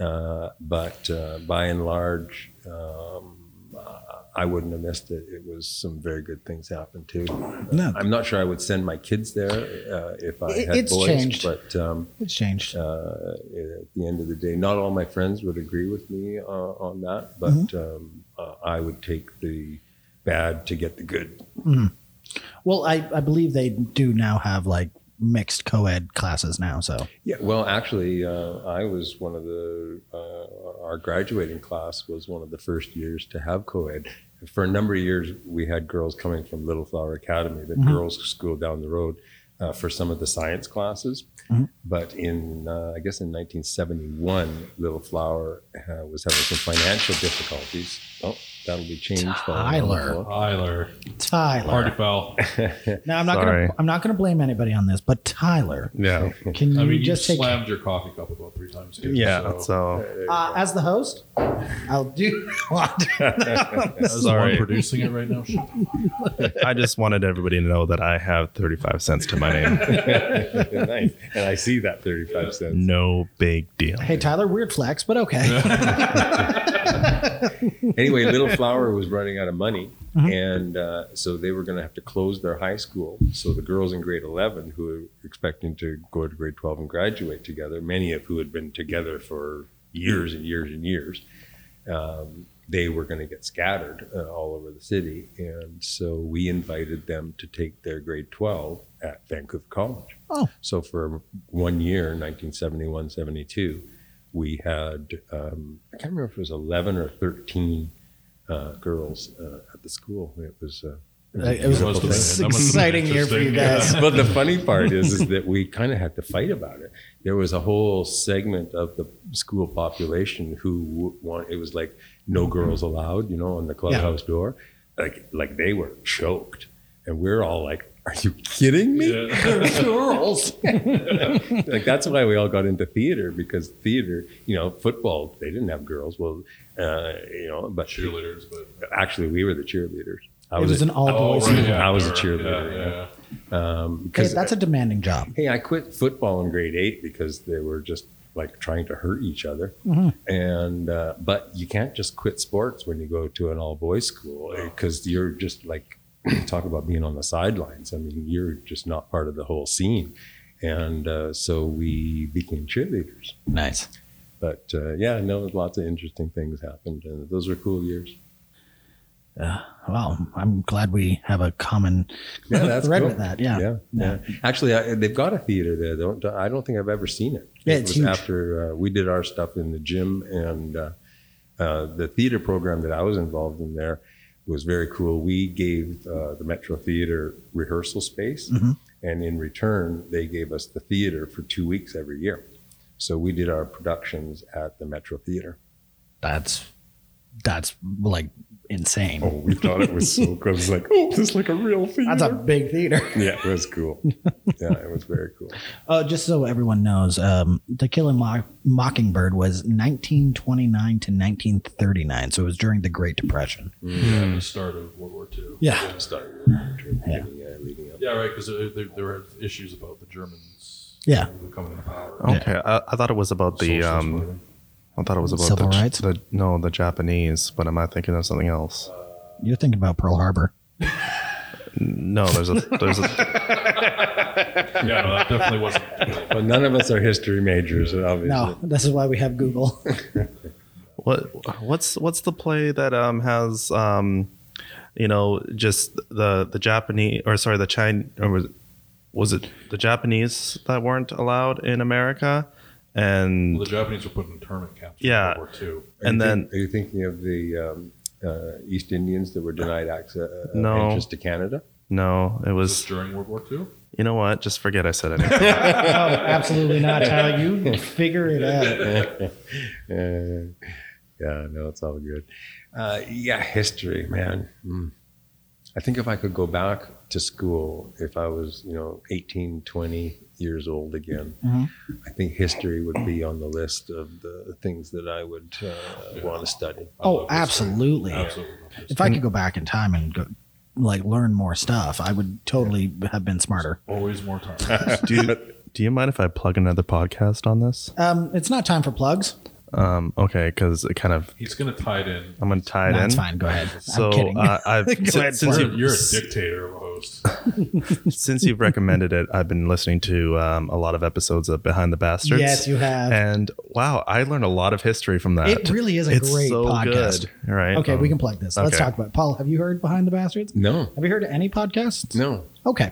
S4: uh, but uh, by and large, um, uh, I wouldn't have missed it. It was some very good things happened too.
S3: No.
S4: I'm not sure I would send my kids there uh, if I
S3: It-
S4: had
S3: it's
S4: boys,
S3: changed.
S4: but. Um,
S3: It's changed.
S4: uh, at the end of the day, not all my friends would agree with me uh, on that, but um, uh, I would take the bad to get the good.
S3: Well, I, I believe they do now have like mixed co ed classes now. So,
S4: Yeah. Well, actually, uh, I was one of the uh, our graduating class was one of the first years to have co-ed. For a number of years, we had girls coming from Little Flower Academy, the girls' school down the road, uh, for some of the science classes. But in uh, I guess in 1971, Little Flower uh, was having some financial difficulties. Oh, that'll be changed. following the
S3: Tyler.
S4: floor.
S2: Tyler,
S3: Tyler.
S2: party foul.
S3: Now, I'm not
S5: Sorry. Mm.
S3: gonna I'm not gonna blame anybody on this, but Tyler,
S5: Yeah,
S3: can you
S2: I mean, you
S3: just take
S2: slammed your coffee cup about three times. Too,
S5: yeah.
S2: so
S5: So
S3: uh, as the host? I'll do.
S2: As the
S5: Sorry.
S2: one producing it right now. shut up.
S5: I just wanted everybody to know that I have 35 cents to my name.
S4: nice. And I see that 35 cents.
S5: No big deal.
S3: hey, Tyler, weird flex, but okay.
S4: Anyway, Little Flower was running out of money, and uh, so they were going to have to close their high school. So the girls in grade eleven, who were expecting to go to grade twelve and graduate together, many of who had been together for years and years and years, um, they were going to get scattered uh, all over the city, and so we invited them to take their grade twelve at Vancouver College.
S3: Oh.
S4: so for one year, 1971, 72 we had um, I can't remember if it was eleven or thirteen uh, girls uh, at the school. It was. Uh,
S3: It was,
S2: That must have been-
S3: it's
S2: that must have been
S3: exciting year for you
S2: interesting.
S3: guys.
S4: but the funny part is, is that we kind of had to fight about it. There was a whole segment of the school population who w- want. It was like no girls allowed, you know, on the clubhouse door. Like, like they were choked, and we're all like, "Are you kidding me?" girls. like that's why we all got into theater because theater, you know, football they didn't have girls. Well, uh, you know, but
S2: Cheerleaders, but
S4: actually we were the cheerleaders. I
S3: It was
S4: a-
S3: an
S2: Oh,
S3: all boys.
S4: right.
S3: team.
S4: I was a
S2: yeah,
S4: cheerleader,
S2: yeah,
S4: yeah.
S2: yeah.
S4: um,
S3: Hey,
S4: 'cause-
S3: that's a demanding job.
S4: hey, I quit football in grade eight because they were just like trying to hurt each other. And uh, but you can't just quit sports when you go to an all boys school because you're just like talk about being on the sidelines. I mean, you're just not part of the whole scene. And uh, so we became cheerleaders.
S3: Nice.
S4: But uh, yeah, no, lots of interesting things happened, and those were cool years.
S3: Well, I'm glad we have a common thread
S4: cool.
S3: with that. Yeah.
S4: yeah, yeah. Actually, I, they've got a theater there. Don't I don't think I've ever seen it.
S3: Yeah,
S4: it
S3: it's
S4: was
S3: huge.
S4: after uh, we did our stuff in the gym and uh, uh, the theater program that I was involved in there was very cool. We gave uh, the Metro Theater rehearsal space,
S3: Mm-hmm.
S4: and in return, they gave us the theater for two weeks every year. So we did our productions at the Metro Theater.
S3: That's that's like insane.
S4: Oh, we thought it was so cool. It was like, oh, this is like a real theater.
S3: That's a big theater.
S4: yeah, it was cool. Yeah, it was very cool.
S3: Oh, just so everyone knows, um, To Kill a Mo- Mockingbird was 1929 to 1939, so it was during the Great Depression.
S2: Yeah, the start of World War II.
S3: Yeah.
S2: the start.
S3: Yeah.
S4: Yeah, leading up.
S2: Hmm. Yeah, right. Because there, there were issues about the Germans.
S3: Yeah.
S2: who were coming into power.
S5: Okay, I, I thought it was about the
S2: Socialist
S5: um,
S2: whatever.
S5: I thought it was about
S3: Civil
S5: the, J-
S3: rights?
S5: the no the Japanese, but am I thinking of something else?
S3: You're thinking about Pearl Harbor.
S5: No, there's a there's a
S2: yeah, no, that definitely wasn't.
S4: But none of us are history majors, obviously.
S3: No, this is why we have Google.
S5: what what's what's the play that um has um you know just the the Japanese or sorry the Chin or was was it the Japanese that weren't allowed in America and
S2: Well, the Japanese were put in internment camps.
S5: Yeah.
S2: in World War II.
S4: Are
S5: and
S4: you
S5: then
S4: think- are you thinking of the um, uh, East Indians that were denied access uh,
S5: No.
S4: entrance to Canada?
S5: no it
S2: Was this
S5: was
S2: during World War II?
S5: you know what just forget I said anything
S3: oh, absolutely not. How you figure it out?
S4: Uh, yeah, no, it's all good. Uh, yeah, history, man. Mm. I think if I could go back to school, if I was, you know, 18, 20 years old again,
S3: Mhm.
S4: I think history would be on the list of the things that I would uh, want to study.
S2: I
S3: Oh,
S2: love history.
S3: absolutely.
S2: Absolutely. love history.
S3: If I could go back in time and go, like learn more stuff, I would totally have been smarter.
S2: Always more time.
S5: do you, do you mind if I plug another podcast on this
S3: Um, it's not time for plugs.
S5: um okay because it kind of
S2: He's going to tie it in.
S5: I'm gonna tie it
S3: That's
S5: in
S3: fine. Go ahead.
S5: so
S3: I'm kidding.
S5: uh, I've
S3: Go ahead,
S5: since, since
S3: Bart.
S5: you,
S2: You're, you're a dictator of a host.
S5: since you've recommended it, I've been listening to um, a lot of episodes of Behind the Bastards.
S3: yes, you have.
S5: And wow, I learned a lot of history from that.
S3: It really is a
S5: It's
S3: great
S5: so
S3: podcast.
S5: Good. Right.
S3: Okay, we
S5: Um,
S3: can plug this. Let's
S5: okay.
S3: talk about it. Paul. Have you heard Behind the Bastards?
S4: No,
S3: Have you heard any podcasts?
S4: no.
S3: Okay.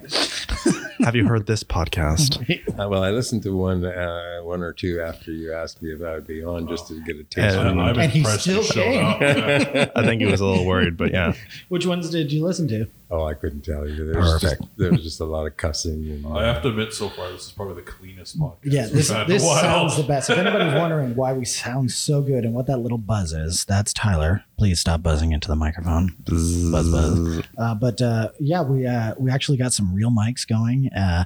S5: Have you heard this podcast?
S4: Uh, well, I listened to one, uh, one or two after you asked me if I would be on, just to get a taste.
S5: And-
S4: of it.
S2: I'm
S3: And he
S2: impressed you
S3: still
S2: showed
S3: came.
S2: up. Yeah.
S5: I think he was a little worried, but yeah.
S3: Which ones did you listen to?
S4: Oh, I couldn't tell you. There was just, there was just a lot of cussing. And,
S2: I have to admit, so far, this is probably the cleanest podcast.
S3: Yeah,
S2: we've
S3: this,
S2: had in
S3: this
S2: a while.
S3: sounds the best. If anybody's wondering why we sound so good and what that little buzz is, that's Tyler. Please stop buzzing into the microphone. Buzz, buzz. Uh, but uh, yeah, we uh, we actually got some real mics going. Uh,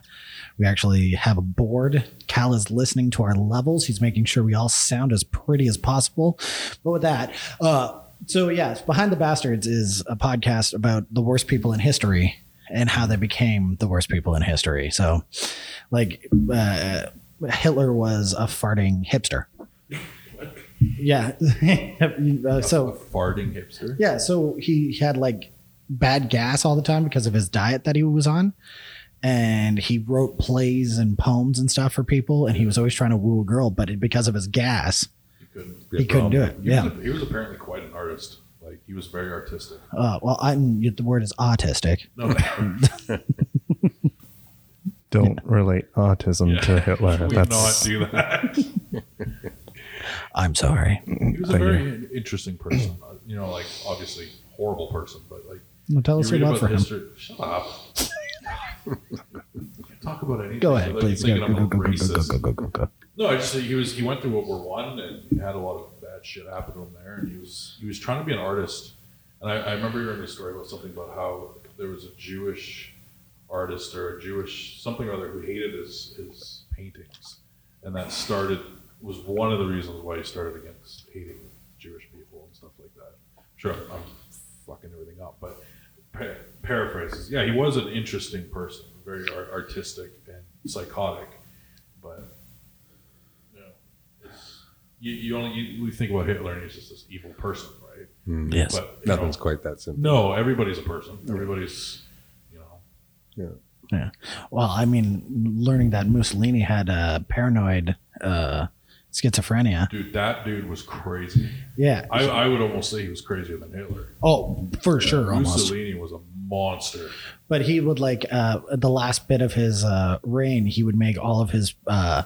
S3: we actually have a board. Cal is listening to our levels. He's making sure we all sound as pretty as possible. But with that, uh, so yes, Behind the Bastards is a podcast about the worst people in history and how they became the worst people in history. So, like, uh, Hitler was a farting hipster. yeah. Uh,
S2: a
S3: so
S2: farting hipster.
S3: yeah, so he had like bad gas all the time because of his diet that he was on. And he wrote plays and poems and stuff for people, and he was always trying to woo a girl, but it, because of his gas,
S2: He couldn't. um,
S3: he couldn't do it.
S2: He
S3: Yeah.
S2: Was, he was apparently quite an artist. Like he was very artistic.
S3: Uh, well, I'm, the word is autistic.
S2: No,
S3: Mm,
S5: Don't relate autism to Hitler.
S2: we
S5: That's
S2: not do that.
S3: I'm sorry.
S2: He was a
S5: Thank you.
S2: very interesting person. Uh, You know, like obviously horrible person, but like
S3: Well, tell
S2: you
S3: us your
S2: read
S3: love
S2: about
S3: for
S2: the
S3: him.
S2: history. Shut up. Talk about anything.
S3: Go ahead,
S2: Like,
S3: please.
S2: you're
S3: Go,
S2: thinking
S3: go, go,
S2: I'm
S3: go, go,
S4: uh,
S2: a
S3: go,
S2: racist.
S3: go, go, go, go.
S2: No, I just he was he went through World War One and he had a lot of bad shit happen to him there, and he was he was trying to be an artist. And I, I remember hearing a story about something about how there was a Jewish artist or a Jewish something or other who hated his his paintings, and that started was one of the reasons why he started against hating Jewish people and stuff like that. Sure, I'm, I'm fucking everything up, but pa- paraphrases. Yeah, he was an interesting person, very ar- artistic and psychotic, but you know, it's, you, you only you, we think about Hitler and he's just this evil person, right?
S3: Yes.
S2: But you
S4: Nothing's
S2: know,
S4: quite that simple.
S2: no, everybody's a person. Everybody's you know
S3: Yeah. Well, I mean, learning that Mussolini had uh, paranoid uh, schizophrenia.
S2: dude. That dude was crazy.
S3: Yeah.
S2: I, I would almost say he was crazier than Hitler.
S3: Oh, for sure, almost.
S2: Mussolini was a monster.
S3: But he would like uh, the last bit of his uh, reign, he would make all of his uh,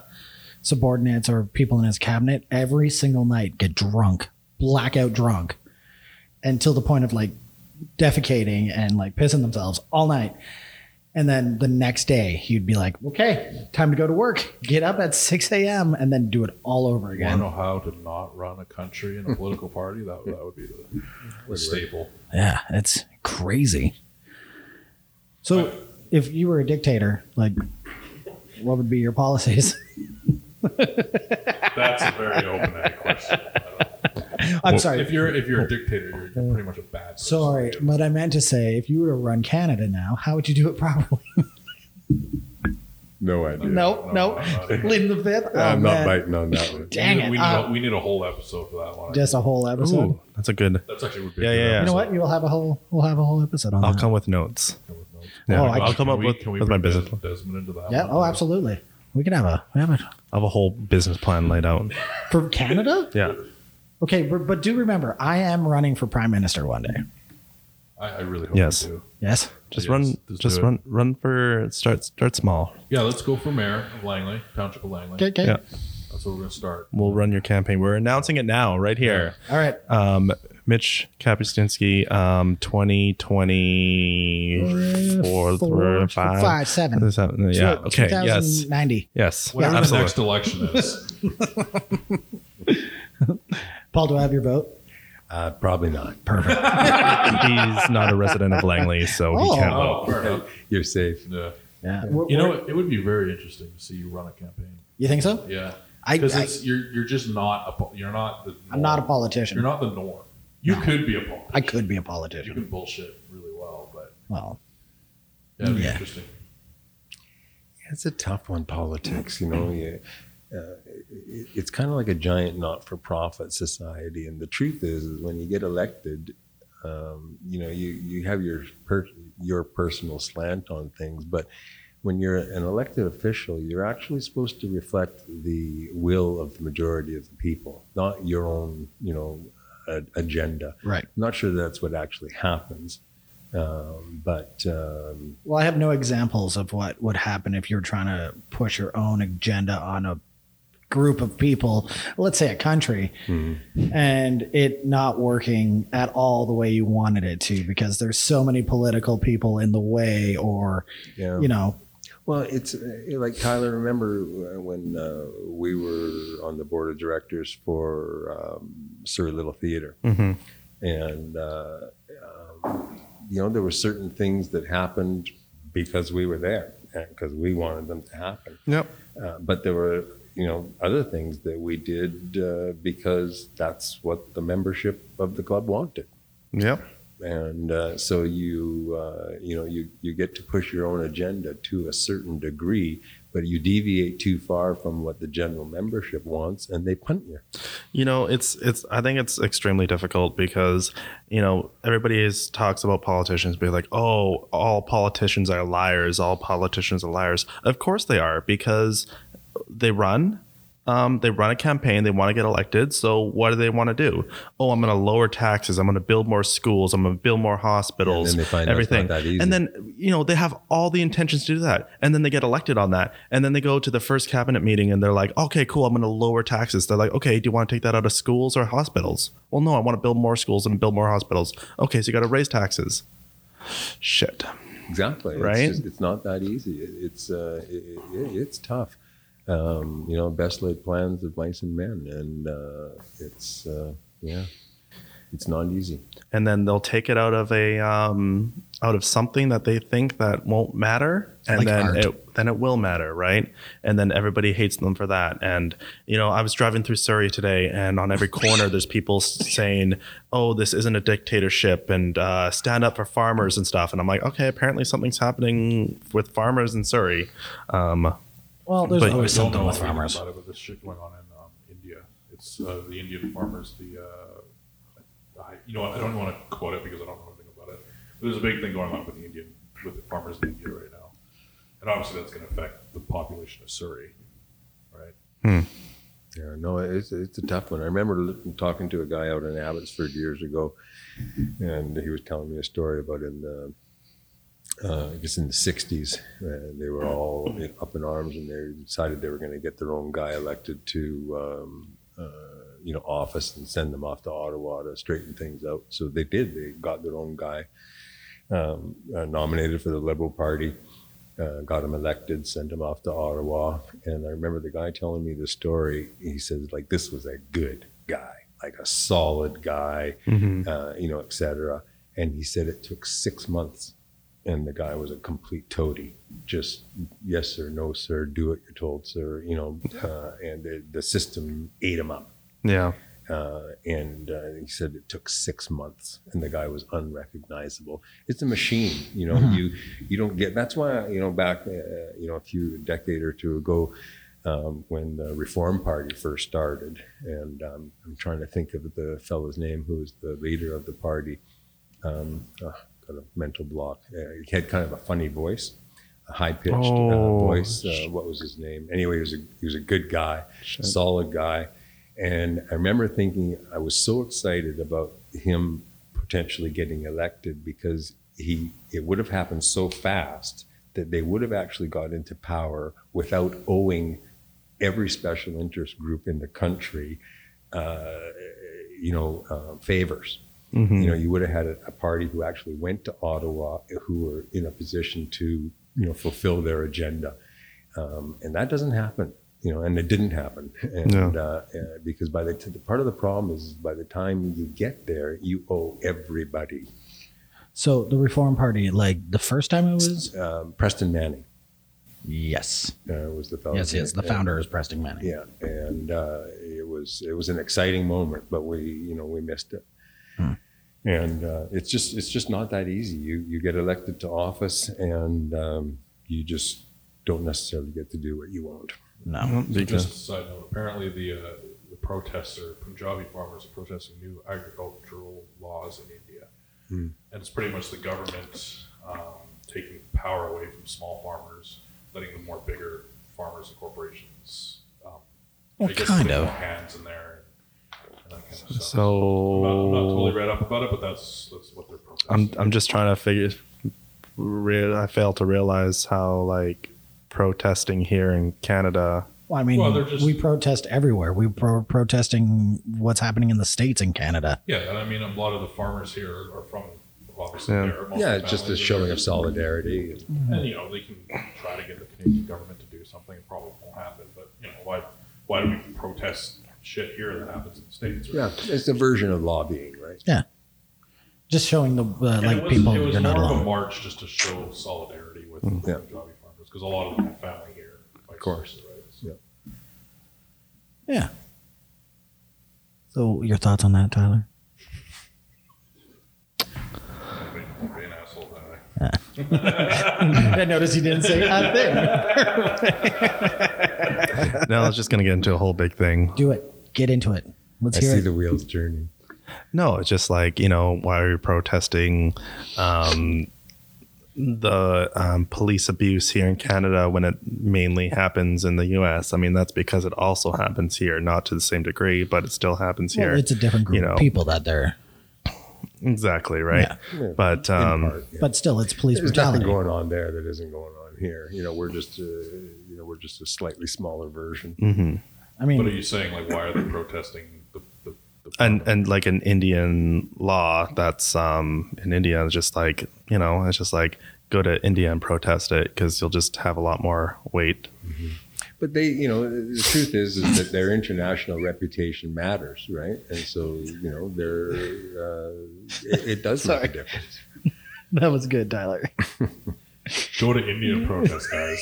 S3: subordinates or people in his cabinet every single night get drunk, blackout drunk, until the point of like defecating and like pissing themselves all night. And then the next day, he'd be like, okay, time to go to work. Get up at 6 a.m. and then do it all over
S2: Want to
S3: again.
S2: know how to not run a country and a political party? That that would be the, the staple.
S3: Yeah, it's crazy. So, if you were a dictator, like, what would be your policies?
S2: That's a very open-ended question.
S3: I'm sorry.
S2: If you're if you're a dictator, you're, you're pretty much a bad. Person.
S3: Sorry, but I meant to say, if you were to run Canada now, how would you do it properly?
S4: No idea.
S3: No, no. Leading the fifth. Oh,
S4: I'm not
S3: man.
S4: biting on that one.
S3: Dang
S2: we need,
S3: it.
S2: We need,
S3: Uh,
S2: a, we need a whole episode for that one.
S3: Just a whole episode.
S5: Ooh, that's a good.
S2: That's actually would be
S5: Yeah,
S2: a good
S5: yeah, yeah.
S3: You
S2: episode.
S3: know what? You'll have a whole. We'll have a whole episode on
S5: I'll
S3: that.
S5: come with notes.
S3: Mm-hmm. Oh,
S5: Yeah,
S3: I-
S5: I'll come
S2: Can
S5: up
S2: we-
S5: with,
S2: can we
S5: with my
S2: bring
S5: business.
S2: Des- Desmond into that.
S3: Yeah.
S2: one?
S3: Oh, absolutely. We can have a. We have a
S5: I have a whole business plan laid out.
S3: for Canada.
S5: Yeah.
S3: Okay, but, but do remember, I am running for prime minister one day.
S2: I, I really hope
S5: Yes.
S2: we do.
S3: Yes.
S5: Just
S2: Yes,
S5: run,
S2: let's
S5: just
S2: do it.
S5: run, run for start, start small.
S2: Yeah, let's go for mayor of Langley, township of Langley.
S3: Okay. okay.
S5: Yeah.
S2: That's where we're gonna start.
S5: We'll run your campaign. We're announcing it now, right here.
S3: All right.
S5: Um, Mitch Kapustinski, um, 2024,
S3: Four,
S5: three,
S3: five,
S5: five,
S3: seven.
S5: seven, Yeah.
S3: So,
S5: Okay. Yes.
S3: 2090.
S5: Yes.
S2: Whatever the
S5: Absolutely.
S2: next election is,
S3: Paul, do I have your vote?
S4: Uh, probably not.
S5: He's not a resident of Langley, so
S3: Oh.
S5: he can't vote.
S2: oh, fair enough.
S4: You're safe.
S2: Yeah.
S3: Yeah.
S2: You know, it would be very interesting to see you run a campaign.
S3: You think so?
S2: Yeah,
S3: I-
S2: because
S3: I-
S2: it's you're you're just not a po- you're not the norm.
S3: I'm not a
S2: you're
S3: politician.
S2: not the norm. You could be a politician.
S3: I could be a
S2: You
S3: politician.
S2: can bullshit really well, but
S3: Well,
S2: yeah, it'd be
S3: Yeah.
S2: interesting.
S4: It's a tough one, politics. You know, you, uh, it, it's kind of like a giant not-for-profit society. And the truth is, is when you get elected, um, you know, you you have your per- your personal slant on things, but when you're an elected official, you're actually supposed to reflect the will of the majority of the people, not your own, you know, a- agenda.
S3: right.
S4: I'm not sure that's what actually happens, um, but um,
S3: Well, I have no examples of what would happen if you're trying to push your own agenda on a group of people, let's say a country, and it not working at all the way you wanted it to because there's so many political people in the way or,
S4: yeah.
S3: you know,
S4: Well, it's uh, like Tyler. Remember uh, when uh, we were on the board of directors for um, Surrey Little Theatre,
S5: Mhm.
S4: and uh, um, you know there were certain things that happened because we were there, because we wanted them to happen.
S5: Yep.
S4: Uh, but there were you know other things that we did uh, because that's what the membership of the club wanted
S5: Yep.
S4: and uh, so you uh, you know you you get to push your own agenda to a certain degree but you deviate too far from what the general membership wants and they punt you
S5: You know, it's it's. I think it's extremely difficult because you know everybody is talks about politicians being like, oh, all politicians are liars. All politicians are liars. Of course they are because they run. Um, they run a campaign. They want to get elected. So what do they want to do? Oh, I'm going to lower taxes. I'm going to build more schools. I'm going to build more hospitals.
S4: And then they find out it's
S5: everything.
S4: not that easy.
S5: And then you know they have all the intentions to do that and then they get elected on that and then they go to the first cabinet meeting and they're like okay cool i'm going to lower taxes they're like okay do you want to take that out of schools or hospitals well no i want to build more schools and build more hospitals okay so you got to raise taxes shit
S4: Exactly.
S5: Right?
S4: It's, just, it's not that easy. It, it's uh, it, it, it's tough. Um, you know, best laid plans of mice and men, and uh, it's uh, yeah, it's not easy.
S5: and then they'll take it out of a um, out of something that they think that won't matter and
S3: Like
S5: then
S3: art.
S5: it then it will matter right and then everybody hates them for that and you know i was driving through surrey today and on every corner there's people s- saying oh this isn't a dictatorship and uh, stand up for farmers and stuff and i'm like okay apparently something's happening with farmers in surrey um,
S3: Well, there's
S5: But-
S2: I
S3: always
S2: don't
S3: something
S2: know
S3: with
S2: anything
S3: farmers.
S2: About it, but this shit going on in um, India. It's uh, the Indian farmers. The uh, I, you know what, I don't want to quote it because I don't know anything about it. But there's a big thing going on with the Indian with the farmers in India right now, and obviously that's going to affect the population of Surrey, right?
S4: Yeah, no, it's it's a tough one. I remember li- talking to a guy out in Abbotsford years ago, and he was telling me a story about in the, uh, I guess in the '60s, uh, they were all in- up in arms, and they decided they were going to get their own guy elected to, um, uh, you know, office and send them off to Ottawa to straighten things out. So they did. They got their own guy um, uh, nominated for the Liberal Party uh, got him elected, sent him off to Ottawa. And I remember the guy telling me the story. He says, like, this was a good guy, like a solid guy, uh, you know, et cetera. And he said it took six months. And the guy was a complete toady, just yes, sir, no, sir, do what you're told, sir, you know, uh, and the, the system ate him up
S5: yeah
S4: uh, and uh, he said it took six months, and the guy was unrecognizable. It's a machine, you know. You you don't get. That's why you know back uh, you know a few decade or two ago, um, when the Reform Party first started, and um, I'm trying to think of the fellow's name who was the leader of the party. Um, uh, got a mental block. Uh, he had kind of a funny voice, a high pitched
S5: Oh.
S4: uh, voice. Uh, what was his name? Anyway, he was a he was a good guy, solid guy. And I remember thinking I was so excited about him potentially getting elected because he it would have happened so fast that they would have actually got into power without owing every special interest group in the country, uh, you know, uh, favors.
S5: Mm-hmm.
S4: You know, you would have had a, a party who actually went to Ottawa who were in a position to you know fulfill their agenda, um, and that doesn't happen. You know, and it didn't happen, and
S5: No.
S4: uh, uh, because by the t- the part of the problem is by the time you get there, you owe everybody.
S3: So the Reform Party, like the first time it was,
S4: Um, Preston Manning
S3: yes,
S4: uh, was the fellow.
S3: yes, yes. The founder is Preston Manning.
S4: Yeah, and uh, it was it was an exciting moment, but we you know we missed it.
S3: Hmm.
S4: And uh, it's just it's just not that easy. You you get elected to office, and um, you just don't necessarily get to do what you want.
S3: No,
S2: Just a side note, apparently the uh, the protests are Punjabi farmers are protesting new agricultural laws in India,
S5: Hmm.
S2: and it's pretty much the government um, taking power away from small farmers, letting the more bigger farmers and corporations. Um,
S3: Well,
S2: I guess
S3: kind
S2: put
S3: of.
S2: more hands in there. And that kind of stuff. I'm
S5: so
S2: not, I'm not totally read up about it, but that's that's what they're protesting.
S5: I'm I'm just trying to figure. Real, I fail to realize how like protesting here in Canada.
S3: well, I mean,
S2: Well, they're just-
S3: we protest everywhere. We pro- protesting what's happening in the states and Canada.
S2: yeah, and I mean a lot of the farmers here are from obviously
S5: Yeah.
S2: there.
S4: Yeah, it's just a showing of solidarity.
S2: And you know, they can try to get the Canadian government to do something. It probably won't happen. But you know, why why do we protest shit here that happens in the states? right?
S4: Yeah, it's a version of lobbying, right?
S3: Just showing the uh,
S2: And
S3: like
S2: it was,
S3: people
S2: It was
S3: you're not
S2: more of a
S3: alone.
S2: march just to show solidarity with the
S4: Yeah.
S2: Punjabi farmers because a lot of them have family here. Of
S4: course.
S2: right? So-
S4: Yeah.
S3: Yeah. So your thoughts on that, Tyler?
S2: Be- be an asshole, that way.
S3: I noticed you didn't say a thing.
S5: now it's just gonna get into a whole big thing.
S3: Do it. Get into it. Let's
S4: I
S3: hear
S4: see
S3: it.
S4: the wheels turning.
S5: No, it's just like, you know, why are you protesting um, the um, police abuse here in Canada when it mainly happens in the US? I mean, that's because it also happens here, not to the same degree, but it still happens
S3: Well,
S5: here.
S3: it's a different group
S5: you know.
S3: of people that they're,
S5: exactly, right? But
S4: In
S5: um,
S4: part, yeah.
S3: but still, it's police
S4: there's nothing
S3: brutality.
S4: going on there that isn't going on here. You know, we're just a, you know we're just a slightly smaller version.
S3: I
S2: What are
S3: mean,
S2: you saying? Like, why are they protesting the, the, the
S5: and uh, and like an Indian law that's um in India is just like you know it's just like go to India and protest it because you'll just have a lot more weight.
S4: But they, you know, the truth is, is that their international reputation matters, right? And so, you know, they're, uh, it, it does make a difference.
S3: that was good, Tyler.
S2: go to India and protest, guys?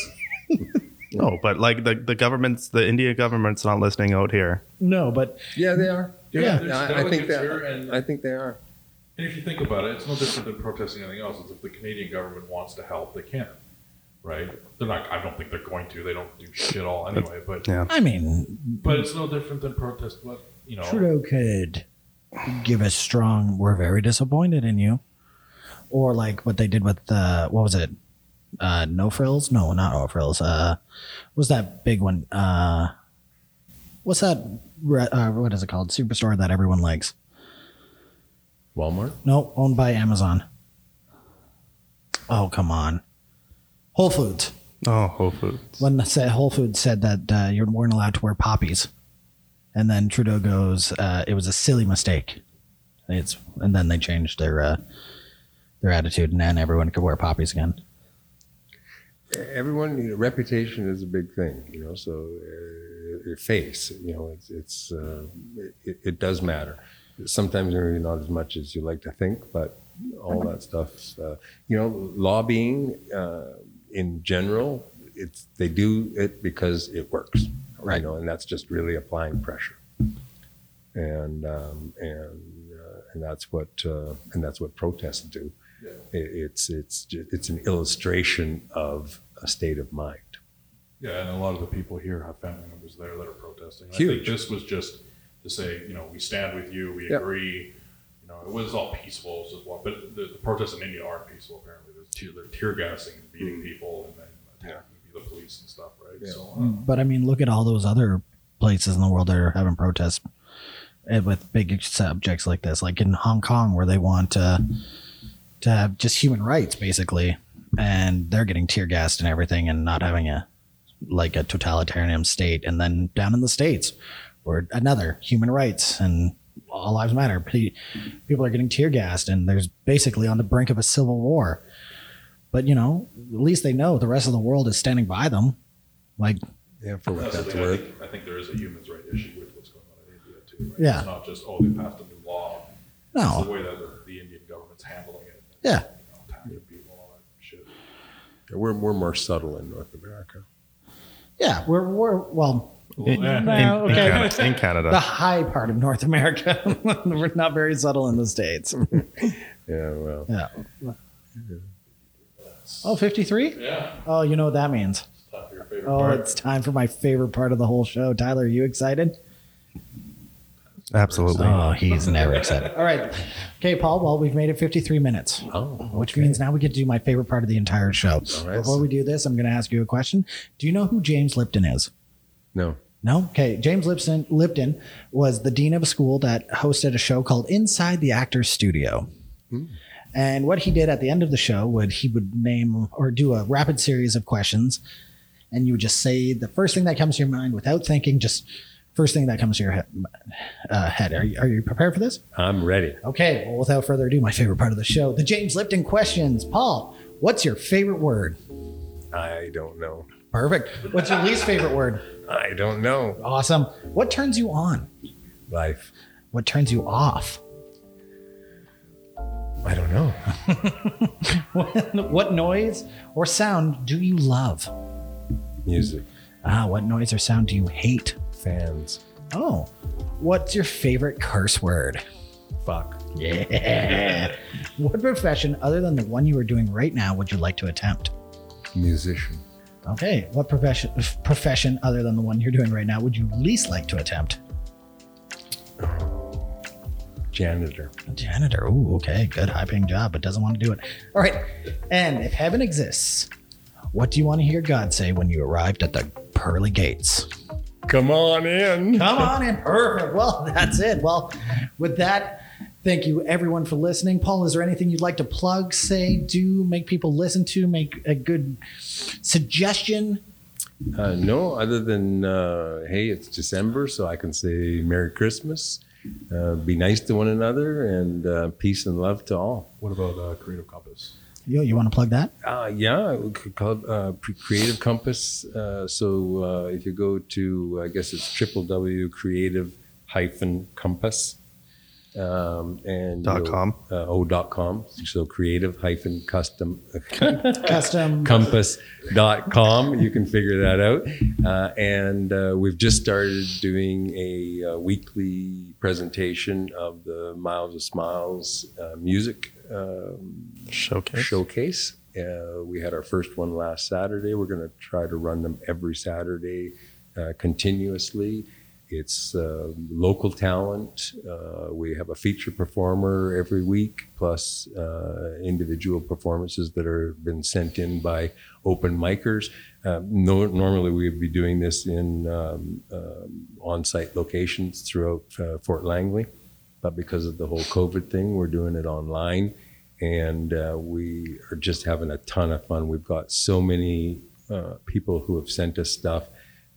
S5: No, but like the the government's the India government's not listening out here.
S3: No, but
S4: Yeah, they are.
S3: Yeah.
S2: There's
S4: I, I think
S2: delegates
S4: that.
S2: here and-
S4: I think they are.
S2: And if you think about it, it's no different than protesting anything else. It's if the Canadian government wants to help, they can, right? They're not. I don't think they're going to. They don't do shit all anyway. But
S5: Yeah.
S3: I mean,
S2: but it's no different than protest. But you know,
S3: Trudeau could give a strong "We're very disappointed in you," or like what they did with uh, what was it? Uh, no frills? No, not no frills. Uh, what was that big one? Uh, what's that? re- Uh, what is it called? Superstore that everyone likes?
S4: Walmart.
S3: No, owned by Amazon. Oh come on, Whole Foods.
S5: Oh, Whole Foods.
S3: When the sa- Whole Foods said that uh, you weren't allowed to wear poppies, and then Trudeau goes, uh, "It was a silly mistake." It's and then they changed their uh, their attitude, and then everyone could wear poppies again.
S4: Everyone, you know, reputation is a big thing, you know. So uh, your face, you know, it's it's uh, it, it does matter. Sometimes maybe not as much as you like to think, but all that stuff, uh, you know, lobbying uh, in general, it's they do it because it works,
S3: Right.
S4: You know, and that's just really applying pressure, and um, and uh, and that's what uh, and that's what protests do it- it's it's ju- it's an illustration of a state of mind.
S2: yeah, and a lot of the people here have family members there that are protesting. And I
S4: Huge.
S2: think this was just to say, you know, we stand with you. We
S4: Yeah.
S2: agree. You know, it was all peaceful. It was just one- but the, the protests in India aren't peaceful. Apparently, there's tear, they're tear gassing and beating people and then attacking the police and stuff, right?
S4: Hmm. Yeah. Hmm.
S2: So. Uh,
S3: But I mean, look at all those other places in the world that are having protests eh, with big subjects like this, like in Hong Kong, where they want uh, to have just human rights, basically, and they're getting tear gassed and everything, and not having a like a totalitarian state. And then down in the states, where another human rights and all lives matter, Pe- people are getting tear gassed, and there's basically on the brink of a civil war. But you know, at least they know the rest of the world is standing by them. Like
S4: Yeah, for what
S2: That's the
S4: that's
S2: thing. I
S4: worth.
S2: think, I think there is a human's right issue with what's going on in India too. Right?
S3: Yeah.
S2: It's not just oh they passed a new law. It's the
S3: No.
S2: way that the, the Indian government's handling it.
S3: Yeah.
S2: You know, attacking people, all that shit.
S4: We're we're more subtle in North America.
S3: Yeah, we're we're well
S5: In,
S2: Yeah.
S5: in-
S3: No,
S5: in
S3: okay.
S5: Canada. In
S3: the
S5: Canada.
S3: high part of North America. we're not very subtle in the states.
S4: Yeah, well,
S3: Yeah. Oh, 53?
S2: Yeah.
S3: Oh, you know what that means.
S2: Top of your favorite
S3: Oh,
S2: part.
S3: it's time for my favorite part of the whole show. Tyler, are you excited?
S5: Absolutely.
S3: Oh, he's never excited. All right. Okay, Paul, well, we've made it 53 minutes.
S4: Oh,
S3: Which means now we get to do my favorite part of the entire show.
S4: right.
S3: Before we do this, I'm going to ask you a question. Do you know who James Lipton is?
S4: no,
S3: No. Okay. James Lipton Lipton was the dean of a school that hosted a show called Inside the Actors Studio. And what he did at the end of the show would he would name or do a rapid series of questions, and you would just say the first thing that comes to your mind without thinking, just first thing that comes to your he- uh, head. Are you, are you prepared for this?
S4: I'm ready.
S3: Okay. Well, without further ado, my favorite part of the show, the James Lipton questions. Paul, what's your favorite word?
S4: I don't know.
S3: Perfect. What's your least favorite word?
S4: I don't know.
S3: Awesome. What turns you on?
S4: Life.
S3: What turns you off?
S4: I don't know.
S3: What, what noise or sound do you love?
S4: Music,
S3: Ah, what noise or sound do you hate?
S4: fans,
S3: Oh, what's your favorite curse word?
S4: fuck.
S3: Yeah. what profession other than the one you are doing right now would you like to attempt?
S4: Musician.
S3: Okay, what profession profession other than the one you're doing right now would you least like to attempt?
S4: Oh, janitor.
S3: Janitor. Ooh, okay. Good high paying job, but doesn't want to do it. All right. And if heaven exists, what do you want to hear God say when you arrived at the pearly gates?
S4: Come on in.
S3: Come on in. Perfect. Well, that's it. Well, with that, thank you everyone for listening. Paul, is there anything you'd like to plug, say, do, make people listen to, make a good suggestion?
S4: Uh, no, other than uh, hey, it's December, so I can say Merry Christmas. Uh, be nice to one another and uh, peace and love to all.
S2: What about uh, Creative Compass?
S3: Yo, you want to plug that?
S4: Uh, yeah, we could call it, uh, P- Creative Compass. Uh, so uh, if you go to, I guess it's www.creative hyphen compass. Um, and
S5: Dot
S4: you'll-
S5: com.
S4: Uh, oh, dot com. So creative hyphen custom
S3: Custom.
S4: compass.com. You can figure that out. Uh, and uh, we've just started doing a uh, weekly presentation of the Miles of Smiles uh, music um,
S5: Showcase.
S4: showcase. Uh, we had our first one last Saturday. We're going to try to run them every Saturday uh, continuously. It's uh, local talent. Uh, we have a feature performer every week, plus uh, individual performances that are been sent in by open micers. Uh, no, normally, we would be doing this in um, um, on-site locations throughout uh, Fort Langley, but because of the whole COVID thing, we're doing it online and uh, we are just having a ton of fun. We've got so many uh, people who have sent us stuff.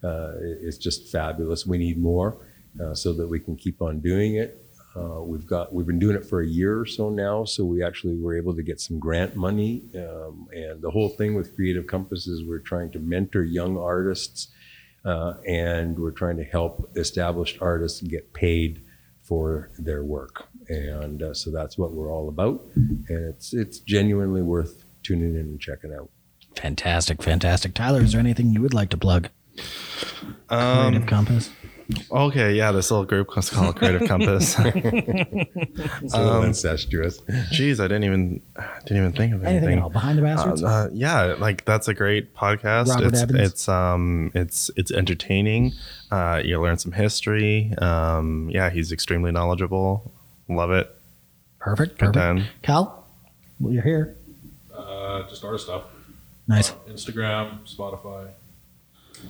S4: Uh, it- it's just fabulous. We need more uh, so that we can keep on doing it. Uh, we've got we've been doing it for a year or so now, so we actually were able to get some grant money. Um, and the whole thing with Creative Compass is we're trying to mentor young artists, uh, and we're trying to help established artists get paid for their work. And uh, so that's what we're all about. And it's it's genuinely worth tuning in and checking out.
S3: Fantastic, fantastic. Tyler, is there anything you would like to plug?
S5: Um,
S3: Creative Compass.
S5: okay, yeah, this little group was called Creative Compass.
S4: It's a little incestuous.
S5: Jeez, I didn't even didn't even think of anything.
S3: Anything at all? Behind the
S5: Uh,
S3: bastards?
S5: uh, yeah, like that's a great podcast.
S3: Robert
S5: it's
S3: Evans.
S5: it's um it's it's entertaining. Uh, you learn some history. Um, yeah, he's extremely knowledgeable. Love it.
S3: perfect,
S5: Good
S3: perfect.
S5: time.
S3: Cal, well, you're here.
S2: Uh, just our stuff.
S3: Nice.
S2: Uh, Instagram, Spotify,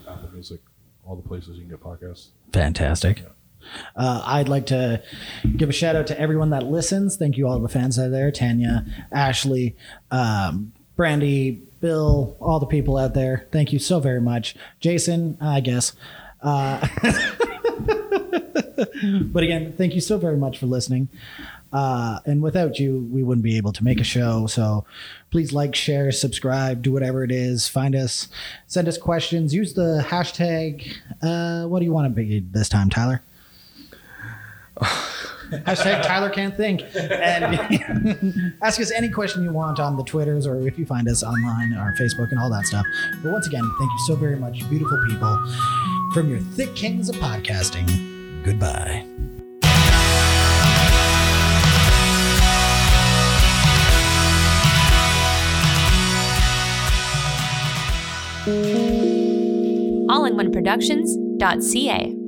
S2: Apple Music, all the places you can get podcasts.
S3: Fantastic. Uh, I'd like to give a shout out to everyone that listens. Thank you, all the fans out there Tanya, Ashley, um, Brandy, Bill, all the people out there. Thank you so very much. Jason, I guess. Uh, but again, thank you so very much for listening. Uh, and without you, we wouldn't be able to make a show. So please like, share, subscribe, do whatever it is. Find us, send us questions, use the hashtag. Uh, what do you want to be this time, Tyler? hashtag Tyler can't think. And ask us any question you want on the Twitters or if you find us online or Facebook and all that stuff. But once again, thank you so very much, you beautiful people, from your thick kings of podcasting. Goodbye.
S6: allinoneproductions.ca.